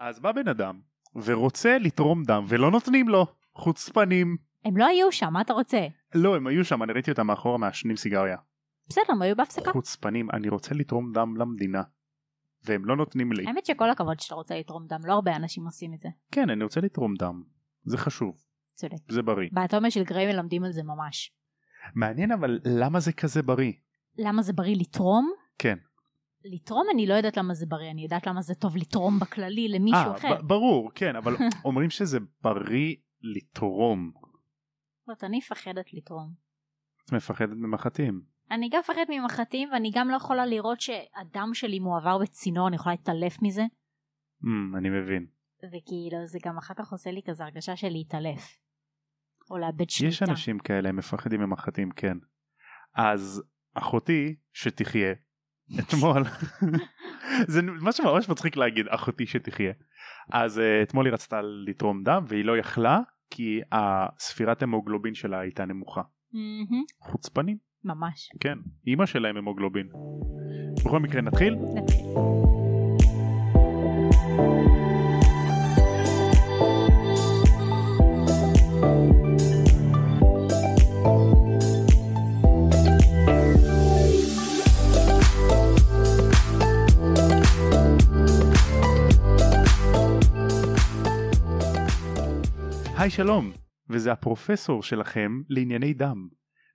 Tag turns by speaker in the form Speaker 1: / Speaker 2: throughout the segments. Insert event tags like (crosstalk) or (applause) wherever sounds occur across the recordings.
Speaker 1: אז בא בן אדם ורוצה לתרום דם ולא נותנים לו, חוצפנים.
Speaker 2: הם לא היו שם, מה אתה רוצה?
Speaker 1: לא, הם היו שם, אני ראיתי אותם מאחורה מעשנים סיגריה.
Speaker 2: בסדר, הם היו בהפסקה.
Speaker 1: חוצפנים, אני רוצה לתרום דם למדינה. והם לא נותנים לי.
Speaker 2: האמת שכל הכבוד שאתה רוצה לתרום דם, לא הרבה אנשים עושים את זה.
Speaker 1: כן, אני רוצה לתרום דם. זה חשוב,
Speaker 2: צודק.
Speaker 1: זה בריא.
Speaker 2: באטומיה של גריי מלמדים על זה ממש.
Speaker 1: מעניין אבל למה זה כזה בריא?
Speaker 2: למה זה בריא לתרום?
Speaker 1: כן.
Speaker 2: לתרום אני לא יודעת למה זה בריא, אני יודעת למה זה טוב לתרום בכללי למישהו
Speaker 1: אה,
Speaker 2: אחר.
Speaker 1: ב- ברור, כן, אבל אומרים שזה בריא לתרום.
Speaker 2: זאת אומרת, אני מפחדת לתרום.
Speaker 1: את מפחדת ממחטים.
Speaker 2: אני גם מפחדת ממחטים ואני גם לא יכולה לראות שהדם שלי מועבר בצינור, אני יכולה להתעלף מזה.
Speaker 1: אמ, אני מבין.
Speaker 2: וכאילו זה גם אחר כך עושה לי כזה הרגשה של להתעלף. או לאבד שליטה.
Speaker 1: יש אנשים כאלה, הם מפחדים ממחטים, כן. אז אחותי שתחיה, אתמול, זה משהו ממש מצחיק להגיד, אחותי שתחיה. אז אה, אתמול היא רצתה לתרום דם והיא לא יכלה, כי הספירת המוגלובין שלה הייתה נמוכה.
Speaker 2: מהמם,
Speaker 1: חוצפנים,
Speaker 2: ממש.
Speaker 1: כן. אימא שלהם המוגלובין. בכל מקרה נתחיל.
Speaker 2: נתחיל.
Speaker 1: היי שלום, וזה הפרופסור שלכם לענייני דם.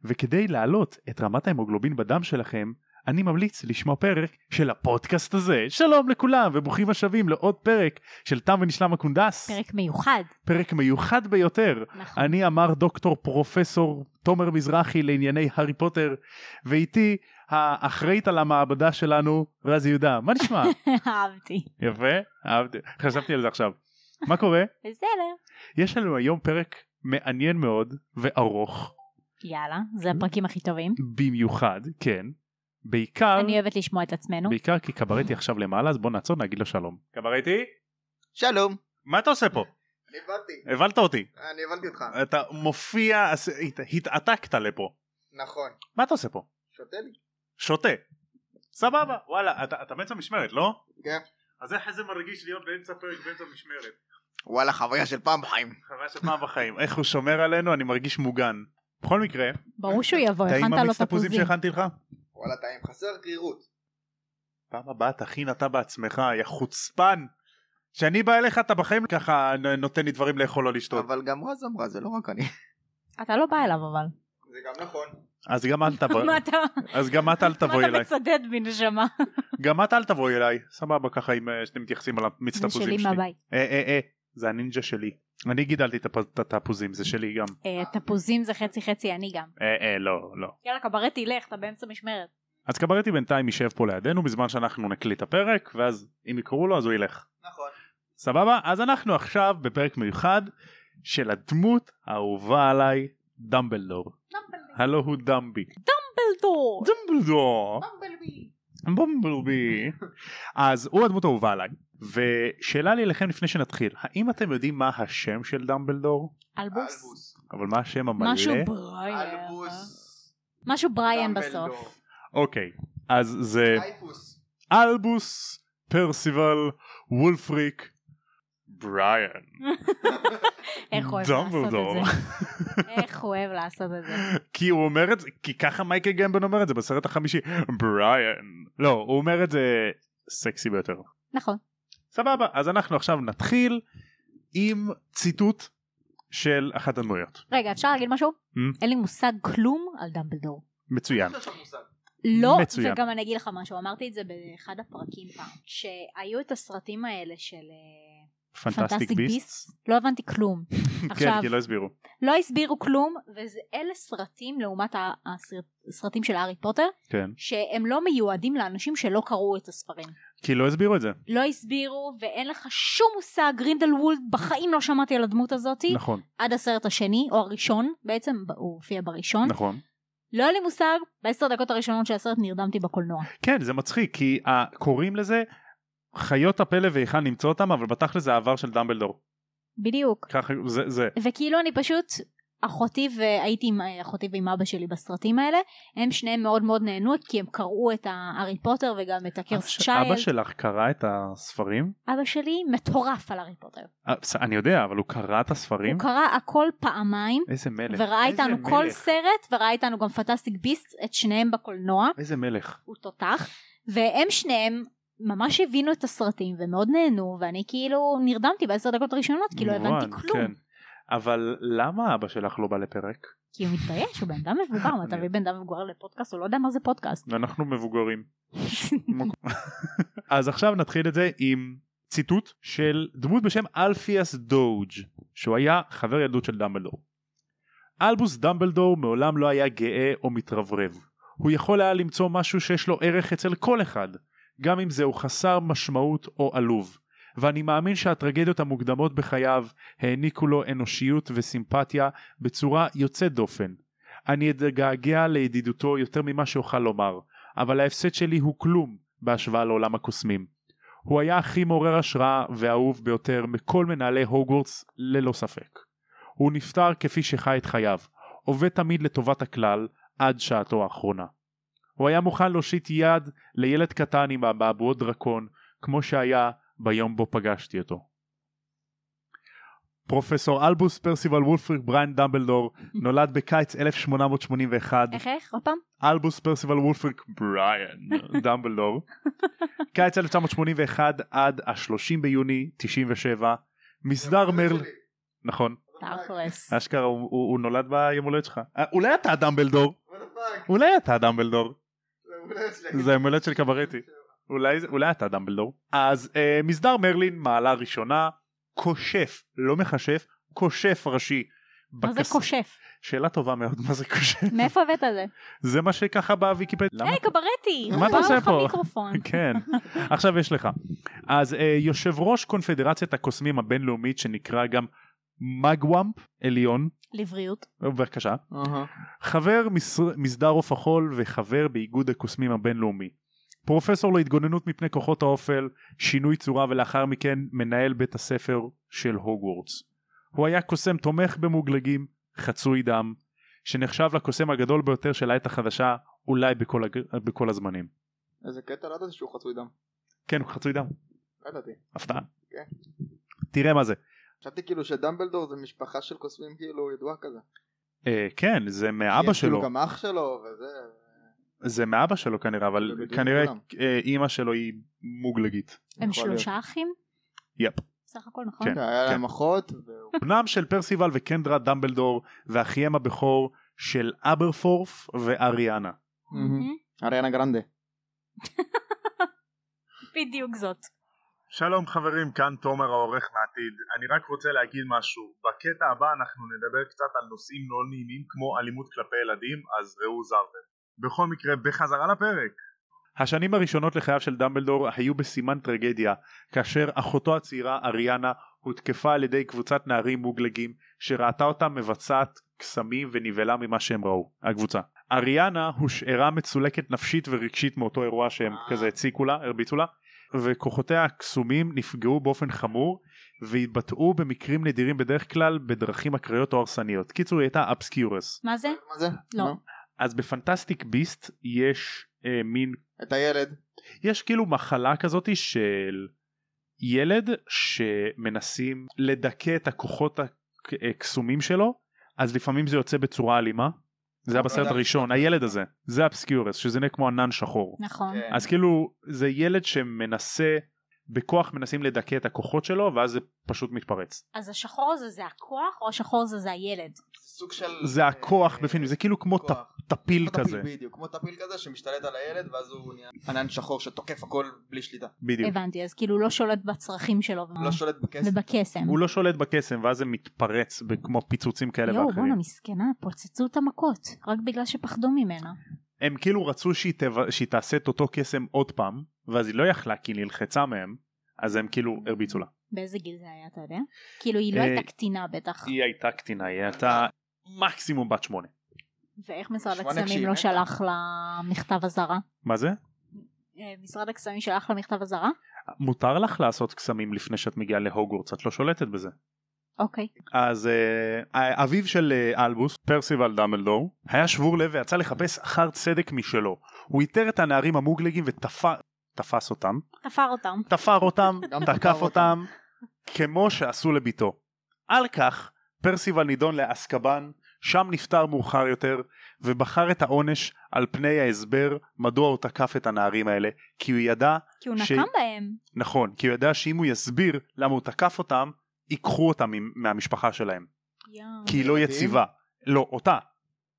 Speaker 1: וכדי להעלות את רמת ההמוגלובין בדם שלכם, אני ממליץ לשמוע פרק של הפודקאסט הזה. שלום לכולם וברוכים השבים לעוד פרק של תם ונשלם הקונדס.
Speaker 2: פרק מיוחד.
Speaker 1: פרק מיוחד ביותר.
Speaker 2: נכון.
Speaker 1: אני אמר דוקטור פרופסור תומר מזרחי לענייני הארי פוטר, ואיתי האחראית על המעבדה שלנו, רז יהודה. מה נשמע?
Speaker 2: (laughs) אהבתי.
Speaker 1: יפה, אהבתי, חשבתי על זה עכשיו. מה קורה?
Speaker 2: בסדר.
Speaker 1: יש לנו היום פרק מעניין מאוד וארוך
Speaker 2: יאללה, זה הפרקים הכי טובים.
Speaker 1: במיוחד כן בעיקר
Speaker 2: אני אוהבת לשמוע את עצמנו.
Speaker 1: בעיקר כי קברטי עכשיו למעלה אז בוא נעצור נגיד לו שלום. קברטי
Speaker 3: שלום.
Speaker 1: מה אתה עושה פה?
Speaker 3: אני הבנתי,
Speaker 1: הבנת אותי
Speaker 3: אני הבנתי אותך.
Speaker 1: אתה מופיע אז הת- התעתקת לפה
Speaker 3: נכון.
Speaker 1: מה אתה עושה פה?
Speaker 3: שותה לי.
Speaker 1: שותה סבבה וואלה אתה, אתה באמצע משמרת לא?
Speaker 3: כן.
Speaker 1: אז איך זה מרגיש להיות באמצע פרק באמצע משמרת?
Speaker 3: וואלה, חוויה של פעם בחיים.
Speaker 1: חוויה של פעם בחיים איך הוא שומר עלינו אני מרגיש מוגן. בכל מקרה
Speaker 2: ברור שהוא יבוא,
Speaker 1: אתה עם
Speaker 2: הכנת לו
Speaker 1: המיץ תפוזים
Speaker 2: תפוזים.
Speaker 1: שהכנתי לך?
Speaker 3: וואלה, טעים, חסר קרירות.
Speaker 1: פעם הבאה תכין אתה בעצמך יא חוצפן כשאני בא אליך אתה בחיים ככה נ- נותן לי דברים לאכול או לשתות
Speaker 3: אבל גם רז אמרה, זה לא רק אני.
Speaker 2: אתה לא בא אליו אבל.
Speaker 3: זה גם נכון.
Speaker 1: אז גם אל תבוא
Speaker 2: מה אתה
Speaker 1: אז גם את אל
Speaker 2: (laughs) מה
Speaker 1: תבואי
Speaker 2: אתה
Speaker 1: אליי
Speaker 2: מצדד בי נשמה?
Speaker 1: גם את אל תבואי אליי סבבה ככה אם אה, שאתם מתייחסים על המיץ
Speaker 2: זה
Speaker 1: תפוזים
Speaker 2: שלי
Speaker 1: שלי
Speaker 2: מהבית.
Speaker 1: אה, אה, אה, זה הנינג'ה שלי אני גידלתי את הפ- את התפוזים זה שלי גם
Speaker 2: אה, תפוזים זה חצי חצי, אני גם.
Speaker 1: אה, אה, לא לא
Speaker 2: יאללה קברט תלך, אתה באמצע משמרת.
Speaker 1: אז קברטי בינתיים יישב פה לידינו בזמן שאנחנו נקליט את הפרק ואז אם יקראו לו אז הוא ילך
Speaker 3: נכון.
Speaker 1: סבבה? אז אנחנו עכשיו בפרק מיוחד של הדמות האהובה עליי, דמבלדור. הלו הוא דמבי.
Speaker 2: בלדור.
Speaker 1: דמבלדור. בומבלבי. אז הוא הדמות האהובה עליי. ושאלה לי אליכם לפני שנתחיל, האם אתם יודעים מה השם של דמבלדור?
Speaker 2: אלבוס.
Speaker 1: אבל מה השם המלא?
Speaker 2: משהו בריאן. משהו בריאן בסוף.
Speaker 1: אוקיי, אז זה
Speaker 3: אייפוס.
Speaker 1: אלבוס פרסיבל וולפריק בריאן.
Speaker 2: איך הוא אוהב לעשות את
Speaker 1: דמבלדור.
Speaker 2: זה. איך הוא אוהב לעשות את זה.
Speaker 1: כי הוא אומר את זה, כי ככה מייקל גמבן אומר את זה בסרט החמישי, בריאן. לא, הוא אומר את זה סקסי ביותר.
Speaker 2: נכון.
Speaker 1: סבבה, אז אנחנו עכשיו נתחיל עם ציטוט של אחת הדמויות.
Speaker 2: רגע, אפשר להגיד משהו?
Speaker 1: Mm.
Speaker 2: אין לי מושג כלום על דמבלדור.
Speaker 1: מצוין.
Speaker 2: לא,
Speaker 1: מצוין.
Speaker 2: וגם אני אגיד לך משהו, אמרתי את זה באחד הפרקים פעם, שהיו את הסרטים האלה של אה,
Speaker 1: פנטסטיק
Speaker 2: Fantastic
Speaker 1: ביסט.
Speaker 2: Beasts. לא הבנתי כלום.
Speaker 1: (laughs) כן,
Speaker 2: עכשיו,
Speaker 1: כי לא הסבירו.
Speaker 2: לא הסבירו כלום, ואלה סרטים לעומת ה- הסרט- הסרטים של הארי פוטר,
Speaker 1: כן.
Speaker 2: שהם לא מיועדים לאנשים שלא קראו את הספרים.
Speaker 1: כי לא הסבירו את זה.
Speaker 2: לא הסבירו, ואין לך שום מושג, גרינדלוולד, בחיים לא שמעתי על הדמות הזאתי,
Speaker 1: נכון,
Speaker 2: עד הסרט השני, או הראשון, בעצם ב- הוא הופיע בראשון.
Speaker 1: נכון.
Speaker 2: לא היה לי מושג, בעשר דקות הראשונות של הסרט נרדמתי בקולנוע.
Speaker 1: כן, זה מצחיק, כי ה- קוראים לזה חיות הפלא והיכן למצוא אותם, אבל בתכל'ס זה העבר של דמבלדור.
Speaker 2: בדיוק.
Speaker 1: ככה, זה, זה.
Speaker 2: וכאילו אני פשוט אחותי והייתי עם אחותי ועם אבא שלי בסרטים האלה, הם שניהם מאוד מאוד נהנו כי הם קראו את הארי פוטר וגם את
Speaker 1: אבא
Speaker 2: הקרס
Speaker 1: ש-
Speaker 2: צ'יילד.
Speaker 1: אבא שלך קרא את הספרים?
Speaker 2: אבא שלי מטורף על הארי פוטר.
Speaker 1: אה, ס- אני יודע אבל הוא קרא את הספרים?
Speaker 2: הוא קרא הכל פעמיים
Speaker 1: איזה מלך.
Speaker 2: וראה
Speaker 1: איזה
Speaker 2: איתנו כל
Speaker 1: מלך.
Speaker 2: סרט וראה איתנו גם פנטסטיק ביסט את שניהם בקולנוע.
Speaker 1: איזה מלך.
Speaker 2: הוא תותח והם שניהם ממש הבינו את הסרטים ומאוד נהנו ואני כאילו נרדמתי בעשר דקות הראשונות כי לא הבנתי
Speaker 1: מובן,
Speaker 2: כלום
Speaker 1: כן. אבל למה אבא שלך לא בא לפרק?
Speaker 2: כי הוא מתבייש הוא בן אדם
Speaker 1: (laughs)
Speaker 2: מבוגר מה אתה מביא בן אדם מבוגר לפודקאסט הוא לא יודע מה זה פודקאסט.
Speaker 1: אנחנו מבוגרים. (laughs) אז עכשיו נתחיל את זה עם ציטוט של דמות בשם אלפיאס דוג' שהוא היה חבר ילדות של דמבלדור. אלבוס דמבלדור מעולם לא היה גאה או מתרברב. הוא יכול היה למצוא משהו שיש לו ערך אצל כל אחד, גם אם זהו חסר משמעות או עלוב. ואני מאמין שהטרגדיות המוקדמות בחייו העניקו לו אנושיות וסימפתיה בצורה יוצאת דופן. אני אתגעגע לידידותו יותר ממה שאוכל לומר, אבל ההפסד שלי הוא כלום בהשוואה לעולם הקוסמים. הוא היה הכי מעורר השראה ואהוב ביותר מכל מנהלי הוגוורטס ללא ספק. הוא נפטר כפי שחי את חייו, עובד תמיד לטובת הכלל עד שעתו האחרונה. הוא היה מוכן להושיט יד לילד קטן עם אבעבועות דרקון כמו שהיה ביום בו פגשתי אותו. פרופסור אלבוס פרסיבל וולפריק בריין דמבלדור נולד בקיץ 1881
Speaker 2: איך איך? עוד פעם?
Speaker 1: אלבוס פרסיבל וולפריק בריאן
Speaker 2: (laughs)
Speaker 1: דמבלדור קיץ 1981 עד ה-30 ביוני 97 מסדר מרל נכון
Speaker 2: תכלס.
Speaker 1: אשכרה הוא, הוא, הוא נולד ביום הולדת שלך אה, אולי אתה דמבלדור
Speaker 3: וואטאפאק.
Speaker 1: אולי אתה דמבלדור זה יום הולדת של קברטי אולי, זה- אולי אתה דמבלדור אז אה, מסדר מרלין מעלה ראשונה כושף לא מכשף כושף ראשי
Speaker 2: מה זה
Speaker 1: בקס-
Speaker 2: כושף?
Speaker 1: שאלה טובה מאוד מה זה כושף
Speaker 2: מאיפה הבאת את זה?
Speaker 1: זה מה שככה בוויקיפדיה למה
Speaker 2: היי קברטי!
Speaker 1: מה אתה עושה פה?
Speaker 2: בא לך מיקרופון.
Speaker 1: כן, עכשיו יש לך. אז אה, יושב ראש קונפדרציית הקוסמים הבינלאומית שנקרא גם מגוואמפ עליון,
Speaker 2: לבריאות.
Speaker 1: בבקשה, חבר משר- מסדר עוף החול וחבר באיגוד הקוסמים הבינלאומי. פרופסור להתגוננות מפני כוחות האופל, שינוי צורה ולאחר מכן מנהל בית הספר של הוגוורטס. הוא היה קוסם תומך במוגלגים, חצוי דם, שנחשב לקוסם הגדול ביותר של העת החדשה, אולי בכל, הג... בכל הזמנים.
Speaker 3: איזה קטע לא ידעתי שהוא חצוי דם.
Speaker 1: כן, הוא חצוי דם.
Speaker 3: לא ידעתי.
Speaker 1: הפתעה.
Speaker 3: כן.
Speaker 1: תראה מה זה.
Speaker 3: חשבתי כאילו שדמבלדור זה משפחה של קוסמים כאילו ידועה כזה.
Speaker 1: אה, כן, זה מאבא
Speaker 3: יש כאילו
Speaker 1: שלו.
Speaker 3: גם אח שלו וזה.
Speaker 1: זה מאבא שלו כנראה, אבל
Speaker 3: ובדיוק
Speaker 1: כנראה
Speaker 3: כולם.
Speaker 1: אה, אימא שלו היא מוגלגית.
Speaker 2: הם
Speaker 3: יכול להיות.
Speaker 2: שלושה אחים?
Speaker 1: יפ.
Speaker 2: בסך הכל נכון?
Speaker 1: כן.
Speaker 3: היה להם אחות. והוא-
Speaker 1: בנם של פרסיבל וקנדרה דמבלדור ואחיהם הבכור של אברפורף ואריאנה.
Speaker 2: מהמם.
Speaker 3: אריאנה גרנדה.
Speaker 2: בדיוק זאת.
Speaker 1: שלום חברים, כאן תומר העורך מעתיד. אני רק רוצה להגיד משהו. בקטע הבא אנחנו נדבר קצת על נושאים לא נעימים כמו אלימות כלפי ילדים, אז ראו זרתם. בכל מקרה, בחזרה לפרק. השנים הראשונות לחייו של דמבלדור היו בסימן טרגדיה, כאשר אחותו הצעירה אריאנה הותקפה על ידי קבוצת נערים מוגלגים שראתה אותה מבצעת קסמים ונבהלה ממה שהם ראו, הקבוצה. אריאנה הושארה מצולקת נפשית ורגשית מאותו אירוע שהם
Speaker 3: אה.
Speaker 1: כזה הציקו לה, הרביצו לה, וכוחותיה הקסומים נפגעו באופן חמור והתבטאו במקרים נדירים בדרך כלל בדרכים אקראיות או הרסניות. קיצור היא הייתה אפסקיורס.
Speaker 2: מה זה?
Speaker 3: מה זה?
Speaker 2: לא.
Speaker 3: מה?
Speaker 1: אז בפנטסטיק ביסט יש אה, מין
Speaker 3: את הילד.
Speaker 2: לא.
Speaker 1: יש כאילו מחלה כזאת של ילד שמנסים לדכא את הכוחות הק- הקסומים שלו אז לפעמים זה יוצא בצורה אלימה זה היה בסרט
Speaker 3: אבל-
Speaker 1: הראשון הילד הזה זה אפסקיורס שזה נראה כמו ענן שחור
Speaker 2: נכון.
Speaker 3: כן.
Speaker 1: אז כאילו זה ילד שמנסה בכוח מנסים לדכא את הכוחות שלו ואז זה פשוט מתפרץ
Speaker 2: אז השחור הזה זה הכוח או השחור הזה זה הילד?
Speaker 3: סוג של...
Speaker 1: זה הכוח
Speaker 3: אה,
Speaker 1: בפנים זה כאילו כמו
Speaker 3: כוח.
Speaker 1: טפ- טפיל
Speaker 3: כמו
Speaker 1: כזה
Speaker 3: בדיוק, כמו טפיל כזה שמשתלט על הילד ואז הוא נהיה ענן שחור שתוקף הכל בלי שליטה.
Speaker 2: אה.
Speaker 1: בדיוק
Speaker 2: הבנתי אז כאילו הוא לא שולט בצרכים שלו
Speaker 3: הוא לא שולט בכסף.
Speaker 2: ובקסם.
Speaker 1: הוא לא שולט בקסם ואז זה מתפרץ כמו פיצוצים כאלה
Speaker 2: יואו
Speaker 1: ואחרים
Speaker 2: בואנה מסכנה פוצצו את המכות רק בגלל שפחדו ממנה.
Speaker 1: הם כאילו רצו שהיא, תב... שהיא תעשה את אותו קסם עוד פעם ואז היא לא יכלה כי היא נלחצה מהם אז הם כאילו הרביצו לה.
Speaker 2: באיזה גיל זה היה אתה יודע? כאילו היא לא
Speaker 1: אה,
Speaker 2: הייתה קטינה בטח.
Speaker 1: היא הייתה קטינה היא הייתה מקסימום בת שמונה.
Speaker 2: ואיך משרד
Speaker 3: שמונה
Speaker 2: הקסמים
Speaker 3: כשהיא
Speaker 2: לא
Speaker 3: מתה.
Speaker 2: שלח לה מכתב אזהרה?
Speaker 1: מה זה?
Speaker 2: אה, משרד הקסמים שלח לה מכתב אזהרה?
Speaker 1: מותר לך לעשות קסמים לפני שאת מגיעה להוגוורטס את לא שולטת בזה.
Speaker 2: אוקיי.
Speaker 1: אז אה, אביו של אה, אלבוס, פרסיבל דמבלדור, היה שבור לב ויצא לחפש אחר צדק משלו. הוא איתר את הנערים המוגלגים ותפס תפס אותם,
Speaker 2: תפר אותם.
Speaker 1: תפר אותם,
Speaker 3: גם
Speaker 1: תקף
Speaker 3: תפר
Speaker 1: אותם, כמו שעשו לביתו. על כך, פרסיבל נידון לאסקבן, שם נפטר מאוחר יותר, ובחר את העונש על פני ההסבר מדוע הוא תקף את הנערים האלה, כי הוא ידע,
Speaker 2: כי הוא
Speaker 1: ש-
Speaker 2: נקם בהם.
Speaker 1: נכון, כי הוא ידע שאם הוא יסביר למה הוא תקף אותם, ייקחו אותם ממ- מהמשפחה שלהם. כי היא לא
Speaker 3: ילדים?
Speaker 1: יציבה. לא, אותה.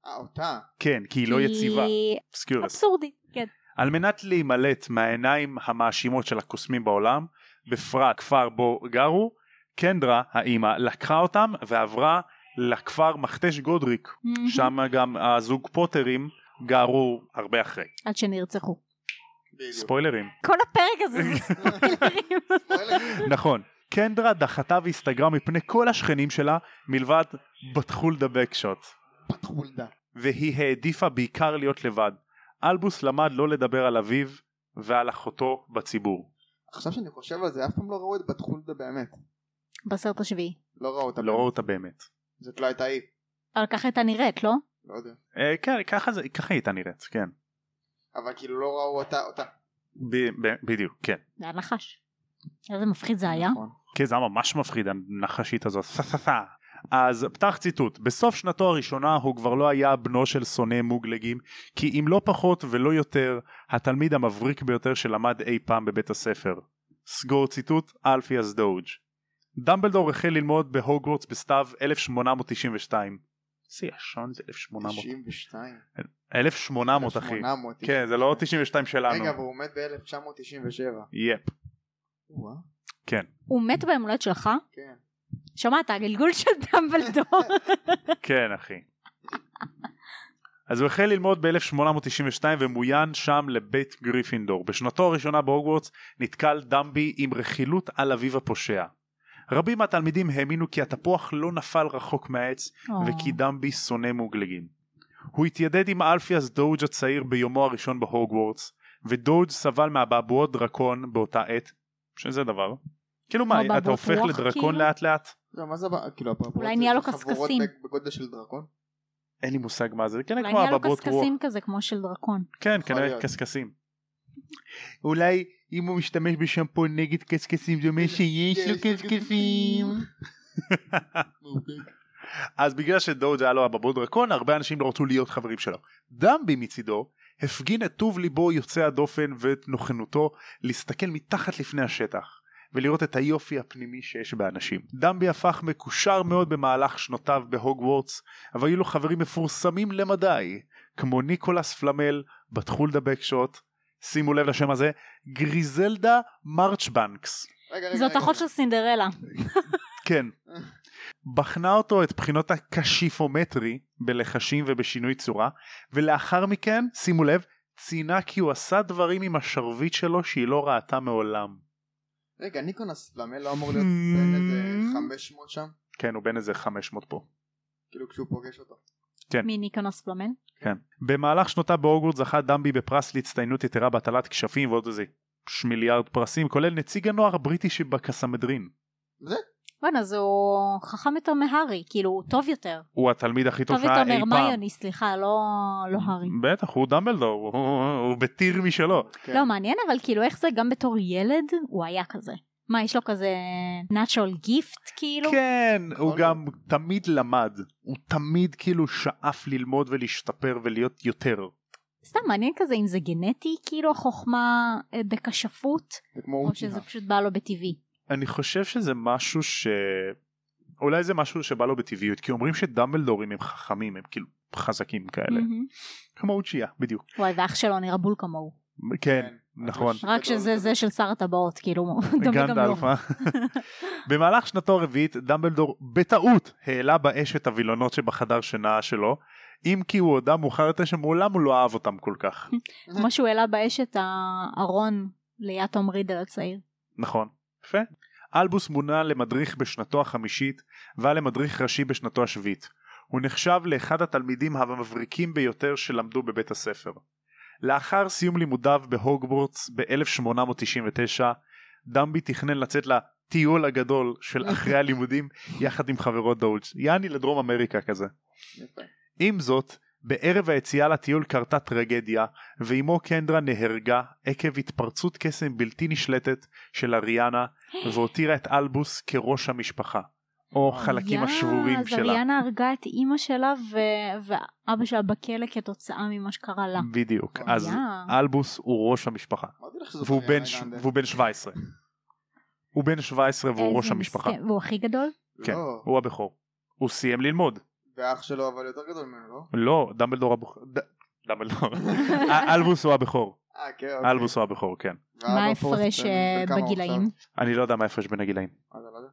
Speaker 3: אה, אותה.
Speaker 1: כן, כי היא לא יציבה.
Speaker 2: כי
Speaker 1: סקיורס.
Speaker 2: אבסורדית. כן.
Speaker 1: על מנת להימלט מהעיניים המאשימות של הקוסמים בעולם, בפרט כפר בו גרו, קנדרה, האימא, לקחה אותם ועברה לכפר מכתש גודריק. שם גם הזוג פוטרים גרו הרבה אחרי.
Speaker 2: עד שנרצחו.
Speaker 3: בדיוק.
Speaker 1: ספוילרים.
Speaker 2: כל הפרק הזה זה
Speaker 3: (laughs)
Speaker 1: (laughs)
Speaker 2: ספוילרים.
Speaker 1: נכון. קנדרה דחתה והסתגרה מפני כל השכנים שלה מלבד בת חולדה בקשוט.
Speaker 3: בת חולדה.
Speaker 1: והיא העדיפה בעיקר להיות לבד. אלבוס למד לא לדבר על אביו ועל אחותו בציבור.
Speaker 3: עכשיו שאני חושב על זה, אף פעם לא ראו את בת חולדה באמת.
Speaker 2: בסרט השביעי.
Speaker 3: לא ראו אותה.
Speaker 1: לא ראו אותה באמת.
Speaker 3: זאת לא הייתה היא.
Speaker 2: אבל ככה הייתה נראית, לא?
Speaker 3: לא יודע.
Speaker 1: אה, כן, ככה זה- ככה היא הייתה נראית, כן.
Speaker 3: אבל כאילו לא ראו אותה. אותה.
Speaker 1: ב- ב- בדיוק, כן.
Speaker 2: זה היה נחש. איזה מפחיד זה היה.
Speaker 3: נכון.
Speaker 1: כן, זה היה ממש מפחיד הנחשית הזאת. סה, סה, סה. אז פתח ציטוט, בסוף שנתו הראשונה הוא כבר לא היה בנו של שונא מוגלגים, כי אם לא פחות ולא יותר, התלמיד המבריק ביותר שלמד אי פעם בבית הספר. סגור ציטוט, אלפיאס דוג'. דמבלדור החל ללמוד בהוגוורטס בסתיו 1892. איזה ישן זה 1800.
Speaker 3: 92.
Speaker 1: 1800 אחי.
Speaker 3: 800.
Speaker 1: כן, זה לא 92 שלנו.
Speaker 3: רגע, והוא עומד ב-1997.
Speaker 1: יפ,
Speaker 3: וואו.
Speaker 1: כן,
Speaker 2: הוא מת ביום הולדת שלך?
Speaker 3: כן.
Speaker 2: שמעת, הגלגול של (laughs) דמבלדור.
Speaker 1: (laughs) כן אחי. אז הוא החל ללמוד ב-1892 ומוין שם לבית גריפינדור. בשנתו הראשונה בהוגוורטס נתקל דמבי עם רכילות על אביו הפושע. רבים מהתלמידים האמינו כי התפוח לא נפל רחוק מהעץ וכי דמבי שונא מוגלגים. הוא התיידד עם אלפיאס דוג' הצעיר ביומו הראשון בהוגוורטס, ודוג' סבל מאבעבועות דרקון באותה עת, שזה דבר. כאילו מה,
Speaker 2: אבעבועות
Speaker 1: אתה הופך
Speaker 2: רוח,
Speaker 1: לדרקון
Speaker 2: כאילו?
Speaker 1: לאט לאט?
Speaker 3: לא, מה זה הבא? כאילו הפרפורות
Speaker 2: אולי נהיה לו
Speaker 3: חבורות
Speaker 2: קשקשים.
Speaker 3: בג- בגודל של דרקון?
Speaker 1: אין לי מושג מה זה, כן,
Speaker 2: אולי
Speaker 1: כמו
Speaker 2: נהיה לו
Speaker 1: אבעבועות רוח.
Speaker 2: קשקשים כזה כמו של דרקון.
Speaker 1: כן,
Speaker 3: יכול
Speaker 1: כנראה
Speaker 3: להיות.
Speaker 1: קשקשים. אולי אם הוא משתמש בשמפו נגד קשקשים זה אומר שיש לו קשקשים.
Speaker 3: מעולה.
Speaker 1: אז בגלל שדוג' היה לו אבבו דרקון, הרבה אנשים לא רצו להיות חברים שלו. דמבי מצידו הפגין את טוב ליבו יוצא הדופן ואת נוכנותו להסתכל מתחת לפני השטח. ולראות את היופי הפנימי שיש באנשים. דמבי הפך מקושר מאוד במהלך שנותיו בהוגוורטס, אבל היו לו חברים מפורסמים למדי, כמו ניקולס פלמל, בת חולדה בקשוט, שימו לב לשם הזה, גריזלדה מרצ'בנקס.
Speaker 3: רגע, רגע,
Speaker 2: זאת
Speaker 3: רגע.
Speaker 2: אחות של סינדרלה.
Speaker 3: (laughs)
Speaker 1: כן. בחנה אותו את בחינות הקשיפומטרי בלחשים ובשינוי צורה, ולאחר מכן, שימו לב, ציינה כי הוא עשה דברים עם השרביט שלו שהיא לא ראתה מעולם.
Speaker 3: רגע, ניקונס פלמל לא אמור להיות בין איזה
Speaker 2: Mm-hmm.
Speaker 3: 500 שם?
Speaker 1: כן, הוא בן איזה 500 פה.
Speaker 3: כאילו כשהוא פוגש אותו.
Speaker 2: לא,
Speaker 1: כן.
Speaker 2: מניקונוס פלומן.
Speaker 1: כן. במהלך שנותיו בהוגוורט זכה דמבי בפרס להצטיינות יתרה בהטלת כשפים ועוד איזה שמיליארד פרסים, כולל נציג הנוער הבריטי שבקסמדרין.
Speaker 2: בואנה, אז הוא חכם יותר מהארי, כאילו הוא טוב יותר.
Speaker 1: הוא התלמיד הכי טוב
Speaker 2: טוב
Speaker 1: שהיה
Speaker 2: יותר
Speaker 1: אי פעם. כן.
Speaker 2: מהרמיוני, סליחה, לא לא הארי.
Speaker 1: בטח, הוא דמבלדור, הוא- הוא- הוא בטיר משלו.
Speaker 3: כן.
Speaker 2: לא, מעניין, אבל כאילו איך זה גם בתור ילד הוא היה כזה. מה, יש לו כזה natural gift כאילו?
Speaker 1: כן, הוא
Speaker 3: נכון.
Speaker 1: גם תמיד למד, הוא תמיד כאילו שאף ללמוד ולהשתפר ולהיות יותר.
Speaker 2: סתם מעניין כזה אם זה גנטי כאילו החוכמה אה, בכשפות,
Speaker 3: זה כמו
Speaker 1: אוקיי.
Speaker 2: או שזה
Speaker 3: אורטינה.
Speaker 2: פשוט בא לו בטבעי.
Speaker 1: אני חושב שזה משהו ש... אולי זה משהו שבא לו בטבעיות, כי אומרים שדמבלדורים הם חכמים, הם כאילו חזקים כאלה.
Speaker 2: מהמם.
Speaker 1: כמו אוצ'יה, בדיוק.
Speaker 2: וואי, ואח שלו נראה בול כמוהו.
Speaker 1: כן, נכון.
Speaker 3: ממש.
Speaker 2: רק
Speaker 3: גדול
Speaker 2: שזה
Speaker 3: כזה.
Speaker 2: זה של שר הטבעות, כאילו, (laughs) הוא דומה גם לו.
Speaker 1: גנדלף,
Speaker 2: (laughs)
Speaker 1: אה? במהלך שנתו הרביעית, דמבלדור בטעות העלה באש את הווילונות שבחדר שינה שלו, אם כי הוא הודה מאוחר יותר שמעולם הוא לא אהב אותם כל כך.
Speaker 2: כמו שהוא העלה באש את הארון ליד תום רידל הצעיר.
Speaker 1: נכון. יפה. אלבוס מונה למדריך בשנתו החמישית והיה למדריך ראשי בשנתו השביעית. הוא נחשב לאחד התלמידים המבריקים ביותר שלמדו בבית הספר. לאחר סיום לימודיו בהוגוורטס ב-1899, דמבי תכנן לצאת הטיול הגדול של אחרי הלימודים יחד עם חברות דולץ', יעני לדרום אמריקה כזה.
Speaker 3: כן, יפה.
Speaker 1: עם זאת, בערב היציאה לטיול קרתה טרגדיה, ואימו קנדרה נהרגה עקב התפרצות קסם בלתי נשלטת של
Speaker 2: (gasps)
Speaker 1: אריאנה, והותירה את אלבוס כראש המשפחה, או חלקים
Speaker 2: יא,
Speaker 1: השבורים
Speaker 2: אז
Speaker 1: שלה.
Speaker 2: אריאנה הרגה את אימא שלה ו- ואבא שלה בכלא כתוצאה ממה שקרה לה.
Speaker 1: בדיוק, אז
Speaker 2: יא.
Speaker 1: אלבוס הוא ראש המשפחה,
Speaker 3: אמרתי לך שזאת
Speaker 1: והוא בן,
Speaker 3: אריאנה
Speaker 1: ש...
Speaker 3: גרנדה.
Speaker 1: והוא בן 17. הוא בן 17 והוא
Speaker 2: איזה
Speaker 1: ראש המשפחה,
Speaker 2: מסכן. והוא הכי גדול?
Speaker 1: כן,
Speaker 3: לא.
Speaker 1: הוא הבכור. הוא סיים ללמוד.
Speaker 3: ואח שלו אבל יותר גדול ממנו, לא?
Speaker 1: לא, דמבלדור הבכור. ד-
Speaker 2: (laughs)
Speaker 1: דמבלדור. א- אלבוס הוא הבכור.
Speaker 3: אה, כן, אוקיי.
Speaker 1: אלבוס הוא הבכור, כן.
Speaker 3: והאבא
Speaker 2: מה
Speaker 3: פה,
Speaker 2: ההפרש
Speaker 3: בן-
Speaker 2: אה,
Speaker 3: בן כמה הוא
Speaker 2: בגילאים?
Speaker 3: עכשיו?
Speaker 1: אני לא יודע מה ההפרש בין הגילאים.
Speaker 3: אה, לא יודע.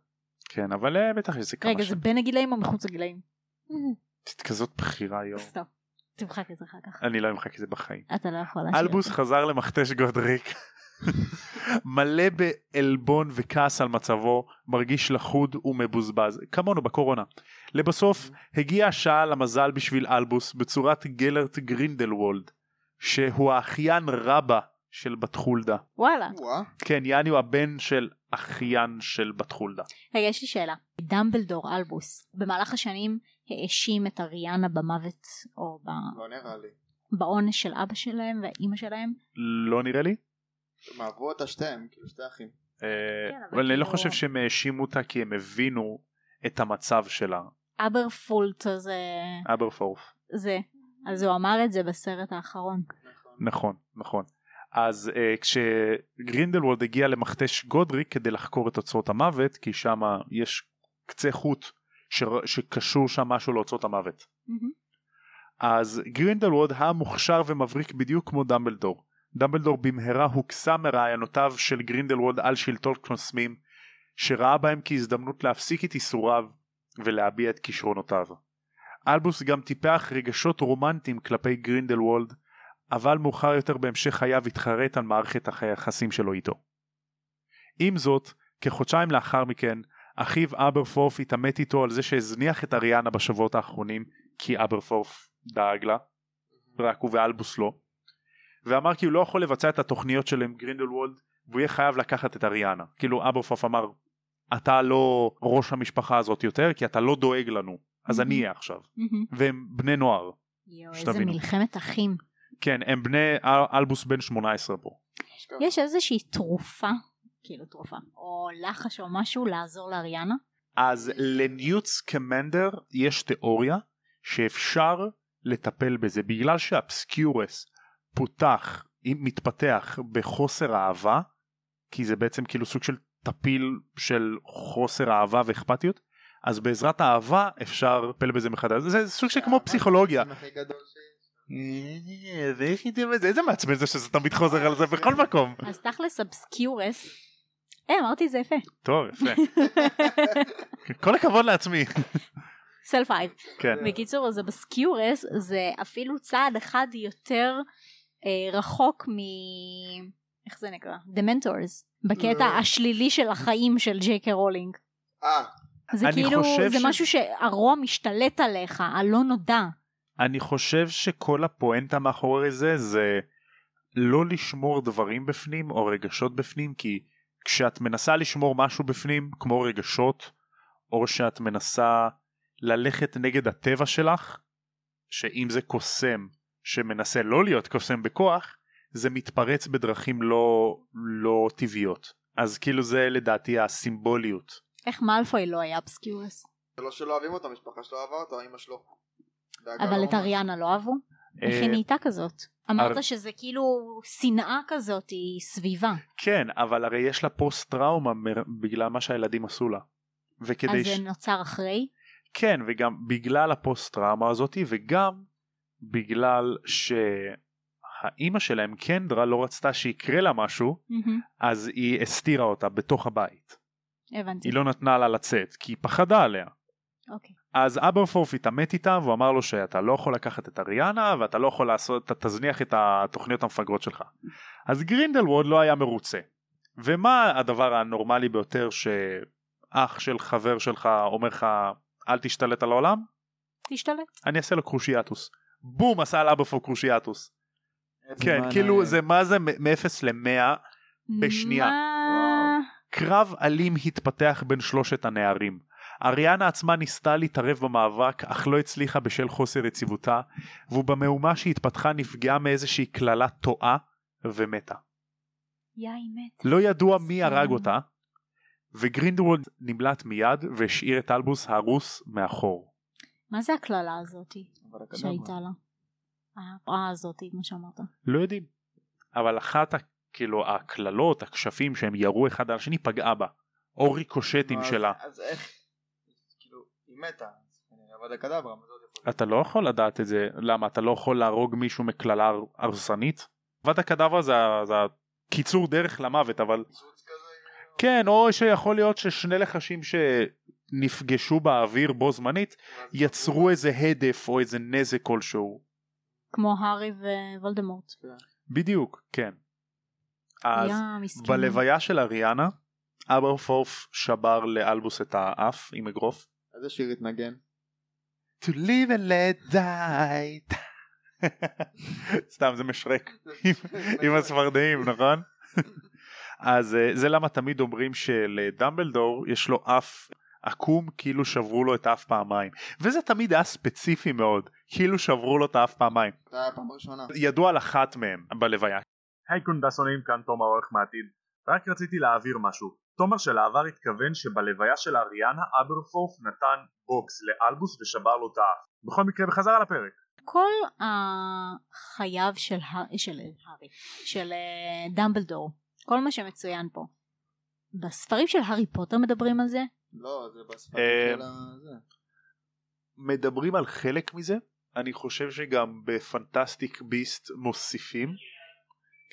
Speaker 1: כן, אבל אה, בטח יש איזה כמה
Speaker 2: רגע, זה בין הגילאים או מחוץ לגילאים?
Speaker 1: ש... כזאת בחירה יום.
Speaker 2: סתם. תמחק את זה אחר כך.
Speaker 1: אני לא אמחק את זה בחיים.
Speaker 2: אתה לא יכול להשאיר. את
Speaker 1: אלבוס
Speaker 2: זה.
Speaker 1: חזר למכתש גודריק. (laughs) מלא בעלבון וכעס על מצבו, מרגיש לחוד ומבוזבז, כמונו בקורונה. לבסוף
Speaker 2: Mm-hmm.
Speaker 1: הגיעה השעה למזל בשביל אלבוס בצורת גלרט גרינדלוולד, שהוא האחיין רבה של בת חולדה.
Speaker 2: וואלה.
Speaker 3: וואה.
Speaker 1: כן, יעני הוא הבן של אחיין של בת חולדה.
Speaker 2: רגע, יש לי שאלה. דמבלדור, אלבוס, במהלך השנים האשים את אריאנה במוות או ב-
Speaker 3: לא נראה לי.
Speaker 2: באונס של אבא שלהם ואימא שלהם?
Speaker 1: לא נראה לי.
Speaker 3: הם אהבו אותה שתיהם, כאילו שתי אחים.
Speaker 1: אה,
Speaker 2: אבל
Speaker 1: אבל אני לא
Speaker 2: כאילו-
Speaker 1: חושב שהם האשימו אותה כי הם הבינו את המצב שלה.
Speaker 2: אבר פולט זה...
Speaker 1: אברפורף.
Speaker 2: זה. אז הוא אמר את זה בסרט האחרון.
Speaker 1: נכון נכון אז אה, כשגרינדלוולד הגיע למכתש גודריק כדי לחקור את אוצרות המוות כי שם יש קצה חוט ש... שקשור שם משהו לאוצרות המוות אז גרינדלוולד המוכשר ומבריק בדיוק כמו דמבלדור דמבלדור במהרה הוקסם מרעיונותיו של גרינדלוולד על שלטון קוסמים שראה בהם כהזדמנות להפסיק את ייסוריו ולהביע את כישרונותיו. אלבוס גם טיפח רגשות רומנטיים כלפי גרינדלוולד אבל מאוחר יותר בהמשך חייו התחרט על מערכת הח- היחסים שלו איתו. עם זאת, כחודשיים לאחר מכן, אחיו אברפורף התעמת איתו על זה שהזניח את אריאנה בשבועות האחרונים, כי אברפורף דאג לה, רק הוא ואלבוס לא, ואמר כי הוא לא יכול לבצע את התוכניות שלו עם גרינדלוולד, והוא יהיה חייב לקחת את אריאנה. כאילו אברפורף אמר, אתה לא ראש המשפחה הזאת יותר, כי אתה לא דואג לנו, אז אני אהיה עכשיו. והם בני נוער.
Speaker 2: יואו, איזה
Speaker 1: שתבינו.
Speaker 2: מלחמת אחים.
Speaker 1: כן, הם בני אל- אלבוס בן 18 פה.
Speaker 3: אשכרה.
Speaker 2: יש איזושהי תרופה, כאילו תרופה, או לחש או משהו לעזור לאריאנה?
Speaker 1: אז לניוץ קמנדר יש תיאוריה שאפשר לטפל בזה בגלל שהאבסקיורס פותח אם מתפתח בחוסר אהבה כי זה בעצם כאילו סוג של טפיל של חוסר אהבה ואכפתיות אז בעזרת האהבה אפשר לטפל בזה מחדש זה סוג של כמו
Speaker 3: אהבה.
Speaker 1: פסיכולוגיה
Speaker 3: הם הכי גדול שיש.
Speaker 1: ואיך עושים את זה? איזה מעצבן זה שזה תמיד חוזר על זה בכל מקום
Speaker 2: אז תכלס אבסקיורס. אה, אמרתי את זה יפה.
Speaker 1: טוב יפה כל הכבוד לעצמי
Speaker 2: סלף אייב.
Speaker 1: כן
Speaker 2: בקיצור אז הבסקיורס זה אפילו צעד אחד יותר אה, רחוק מ... איך זה נקרא? דמנטורס. בקטע
Speaker 1: אה.
Speaker 3: לא.
Speaker 2: השלילי של החיים של ג'יי קה רולינג.
Speaker 3: אה,
Speaker 2: זה
Speaker 1: אני
Speaker 2: כאילו,
Speaker 1: חושב
Speaker 2: זה
Speaker 1: ש-
Speaker 2: משהו שהרוע משתלט עליך, הלא נודע.
Speaker 1: אני חושב שכל הפואנטה מאחורי זה זה לא לשמור דברים בפנים או רגשות בפנים כי כשאת מנסה לשמור משהו בפנים כמו רגשות או שאת מנסה ללכת נגד הטבע שלך שאם זה קוסם שמנסה לא להיות קוסם בכוח זה מתפרץ בדרכים לא לא טבעיות אז כאילו זה לדעתי הסימבוליות
Speaker 2: איך מאלפוי לא היה אבסקיורס?
Speaker 1: אה,
Speaker 3: זה לא שלא אוהבים אותו, המשפחה שלו אהבה אותו, אמא שלו. דאגה לו
Speaker 2: אבל את
Speaker 3: ממש.
Speaker 2: אריאנה לא אהבו? איך
Speaker 1: אה,
Speaker 2: היא נהייתה כזאת? אמרת
Speaker 1: אר-
Speaker 2: שזה כאילו שנאה כזאת, היא סביבה.
Speaker 1: כן, אבל הרי יש לה פוסט טראומה מ- בגלל מה שהילדים עשו לה. וכדי
Speaker 2: אז
Speaker 1: ש...
Speaker 2: זה נוצר אחרי?
Speaker 1: כן, וגם בגלל הפוסט טראומה הזאתי, וגם בגלל שהאימא שלהם, קנדרה, לא רצתה שיקרה לה משהו,
Speaker 2: מהמם,
Speaker 1: אז היא הסתירה אותה בתוך הבית.
Speaker 2: הבנתי.
Speaker 1: היא לא נתנה לה לצאת, כי היא פחדה עליה.
Speaker 2: אוקיי.
Speaker 1: אז אברפורף התעמת איתה והוא אמר לו שאתה לא יכול לקחת את אריאנה ואתה לא יכול לעשות, אתה תזניח את התוכניות המפגרות שלך. אז גרינדלווד לא היה מרוצה. ומה הדבר הנורמלי ביותר שאח של חבר שלך אומר לך אל תשתלט על העולם?
Speaker 2: תשתלט.
Speaker 1: אני אעשה לו קרושיאטוס. בום עשה על אברפורף קרושיאטוס.
Speaker 3: איזה
Speaker 1: כן
Speaker 3: זמן,
Speaker 1: כאילו
Speaker 3: אה,
Speaker 1: זה מה זה מ-0 ל-100 בשנייה.
Speaker 2: מה?
Speaker 1: קרב אלים התפתח בין שלושת הנערים. אריאנה עצמה ניסתה להתערב במאבק, אך לא הצליחה בשל חוסר יציבותה, ובמהומה שהתפתחה נפגעה מאיזושהי קללה טועה, ומתה.
Speaker 2: יא, היא מתה.
Speaker 1: לא ידוע מי
Speaker 2: סתם.
Speaker 1: הרג אותה, וגרינדוולד נמלט מיד והשאיר את אלבוס הרוס מאחור.
Speaker 2: מה זה הקללה הזאתי
Speaker 3: אבל הקדמה.
Speaker 2: שהייתה לה? ההפרעה הזאתי, כמו שאמרת.
Speaker 1: לא יודעים. אבל אחת ה- כאילו הקללות, הכשפים שהם ירו אחד על השני פגעה בה. או ריקושטים
Speaker 3: אז-
Speaker 1: שלה.
Speaker 3: אז איך? כאילו, היא מתה. אבל הקדברה, מה זה עוד יכול להיות?
Speaker 1: אתה לא יכול לדעת את זה. למה? אתה לא יכול להרוג מישהו מקללה הר- הרסנית? ועד הקדברה זה, ה- זה הקיצור דרך למוות, אבל
Speaker 3: פיצוץ כזה?
Speaker 1: כן, או שיכול להיות ששני לחשים שנפגשו באוויר בו זמנית,
Speaker 3: ואז-
Speaker 1: יצרו איזה הדף או איזה נזק כלשהו.
Speaker 2: כמו הארי ווולדמורט.
Speaker 1: בדיוק, כן. אז
Speaker 2: יא, מסכנה.
Speaker 1: בלוויה של אריאנה, אברפורף שבר לאלבוס את האף עם אגרוף.
Speaker 3: איזה שיר התנגן?
Speaker 1: To live and let die. (laughs) סתם זה משרק (laughs) עם הצפרדעים נכון? אז אה, זה למה תמיד אומרים שלדמבלדור יש לו אף עקום כאילו שברו לו את האף פעמיים וזה תמיד היה ספציפי מאוד כאילו שברו לו את האף פעמיים
Speaker 3: (laughs) זה היה פעם ראשונה.
Speaker 1: ידוע על אחת מהם בלוויה. היי קונדסונים כאן תומר אורך מהעתיד. רק רציתי להעביר משהו. תומר של העבר התכוון שבלוויה של אריאנה אברפורף נתן בוקס לאלבוס ושבר לו את האף. בכל מקרה בחזרה לפרק.
Speaker 2: כל החייו של, הר- של הארי, של אה, דמבלדור, כל מה שמצוין פה. בספרים של הארי פוטר מדברים על זה?
Speaker 3: לא, זה בספרים
Speaker 1: אה,
Speaker 3: של ה... זה.
Speaker 1: מדברים על חלק מזה. אני חושב שגם בפנטסטיק ביסט מוסיפים.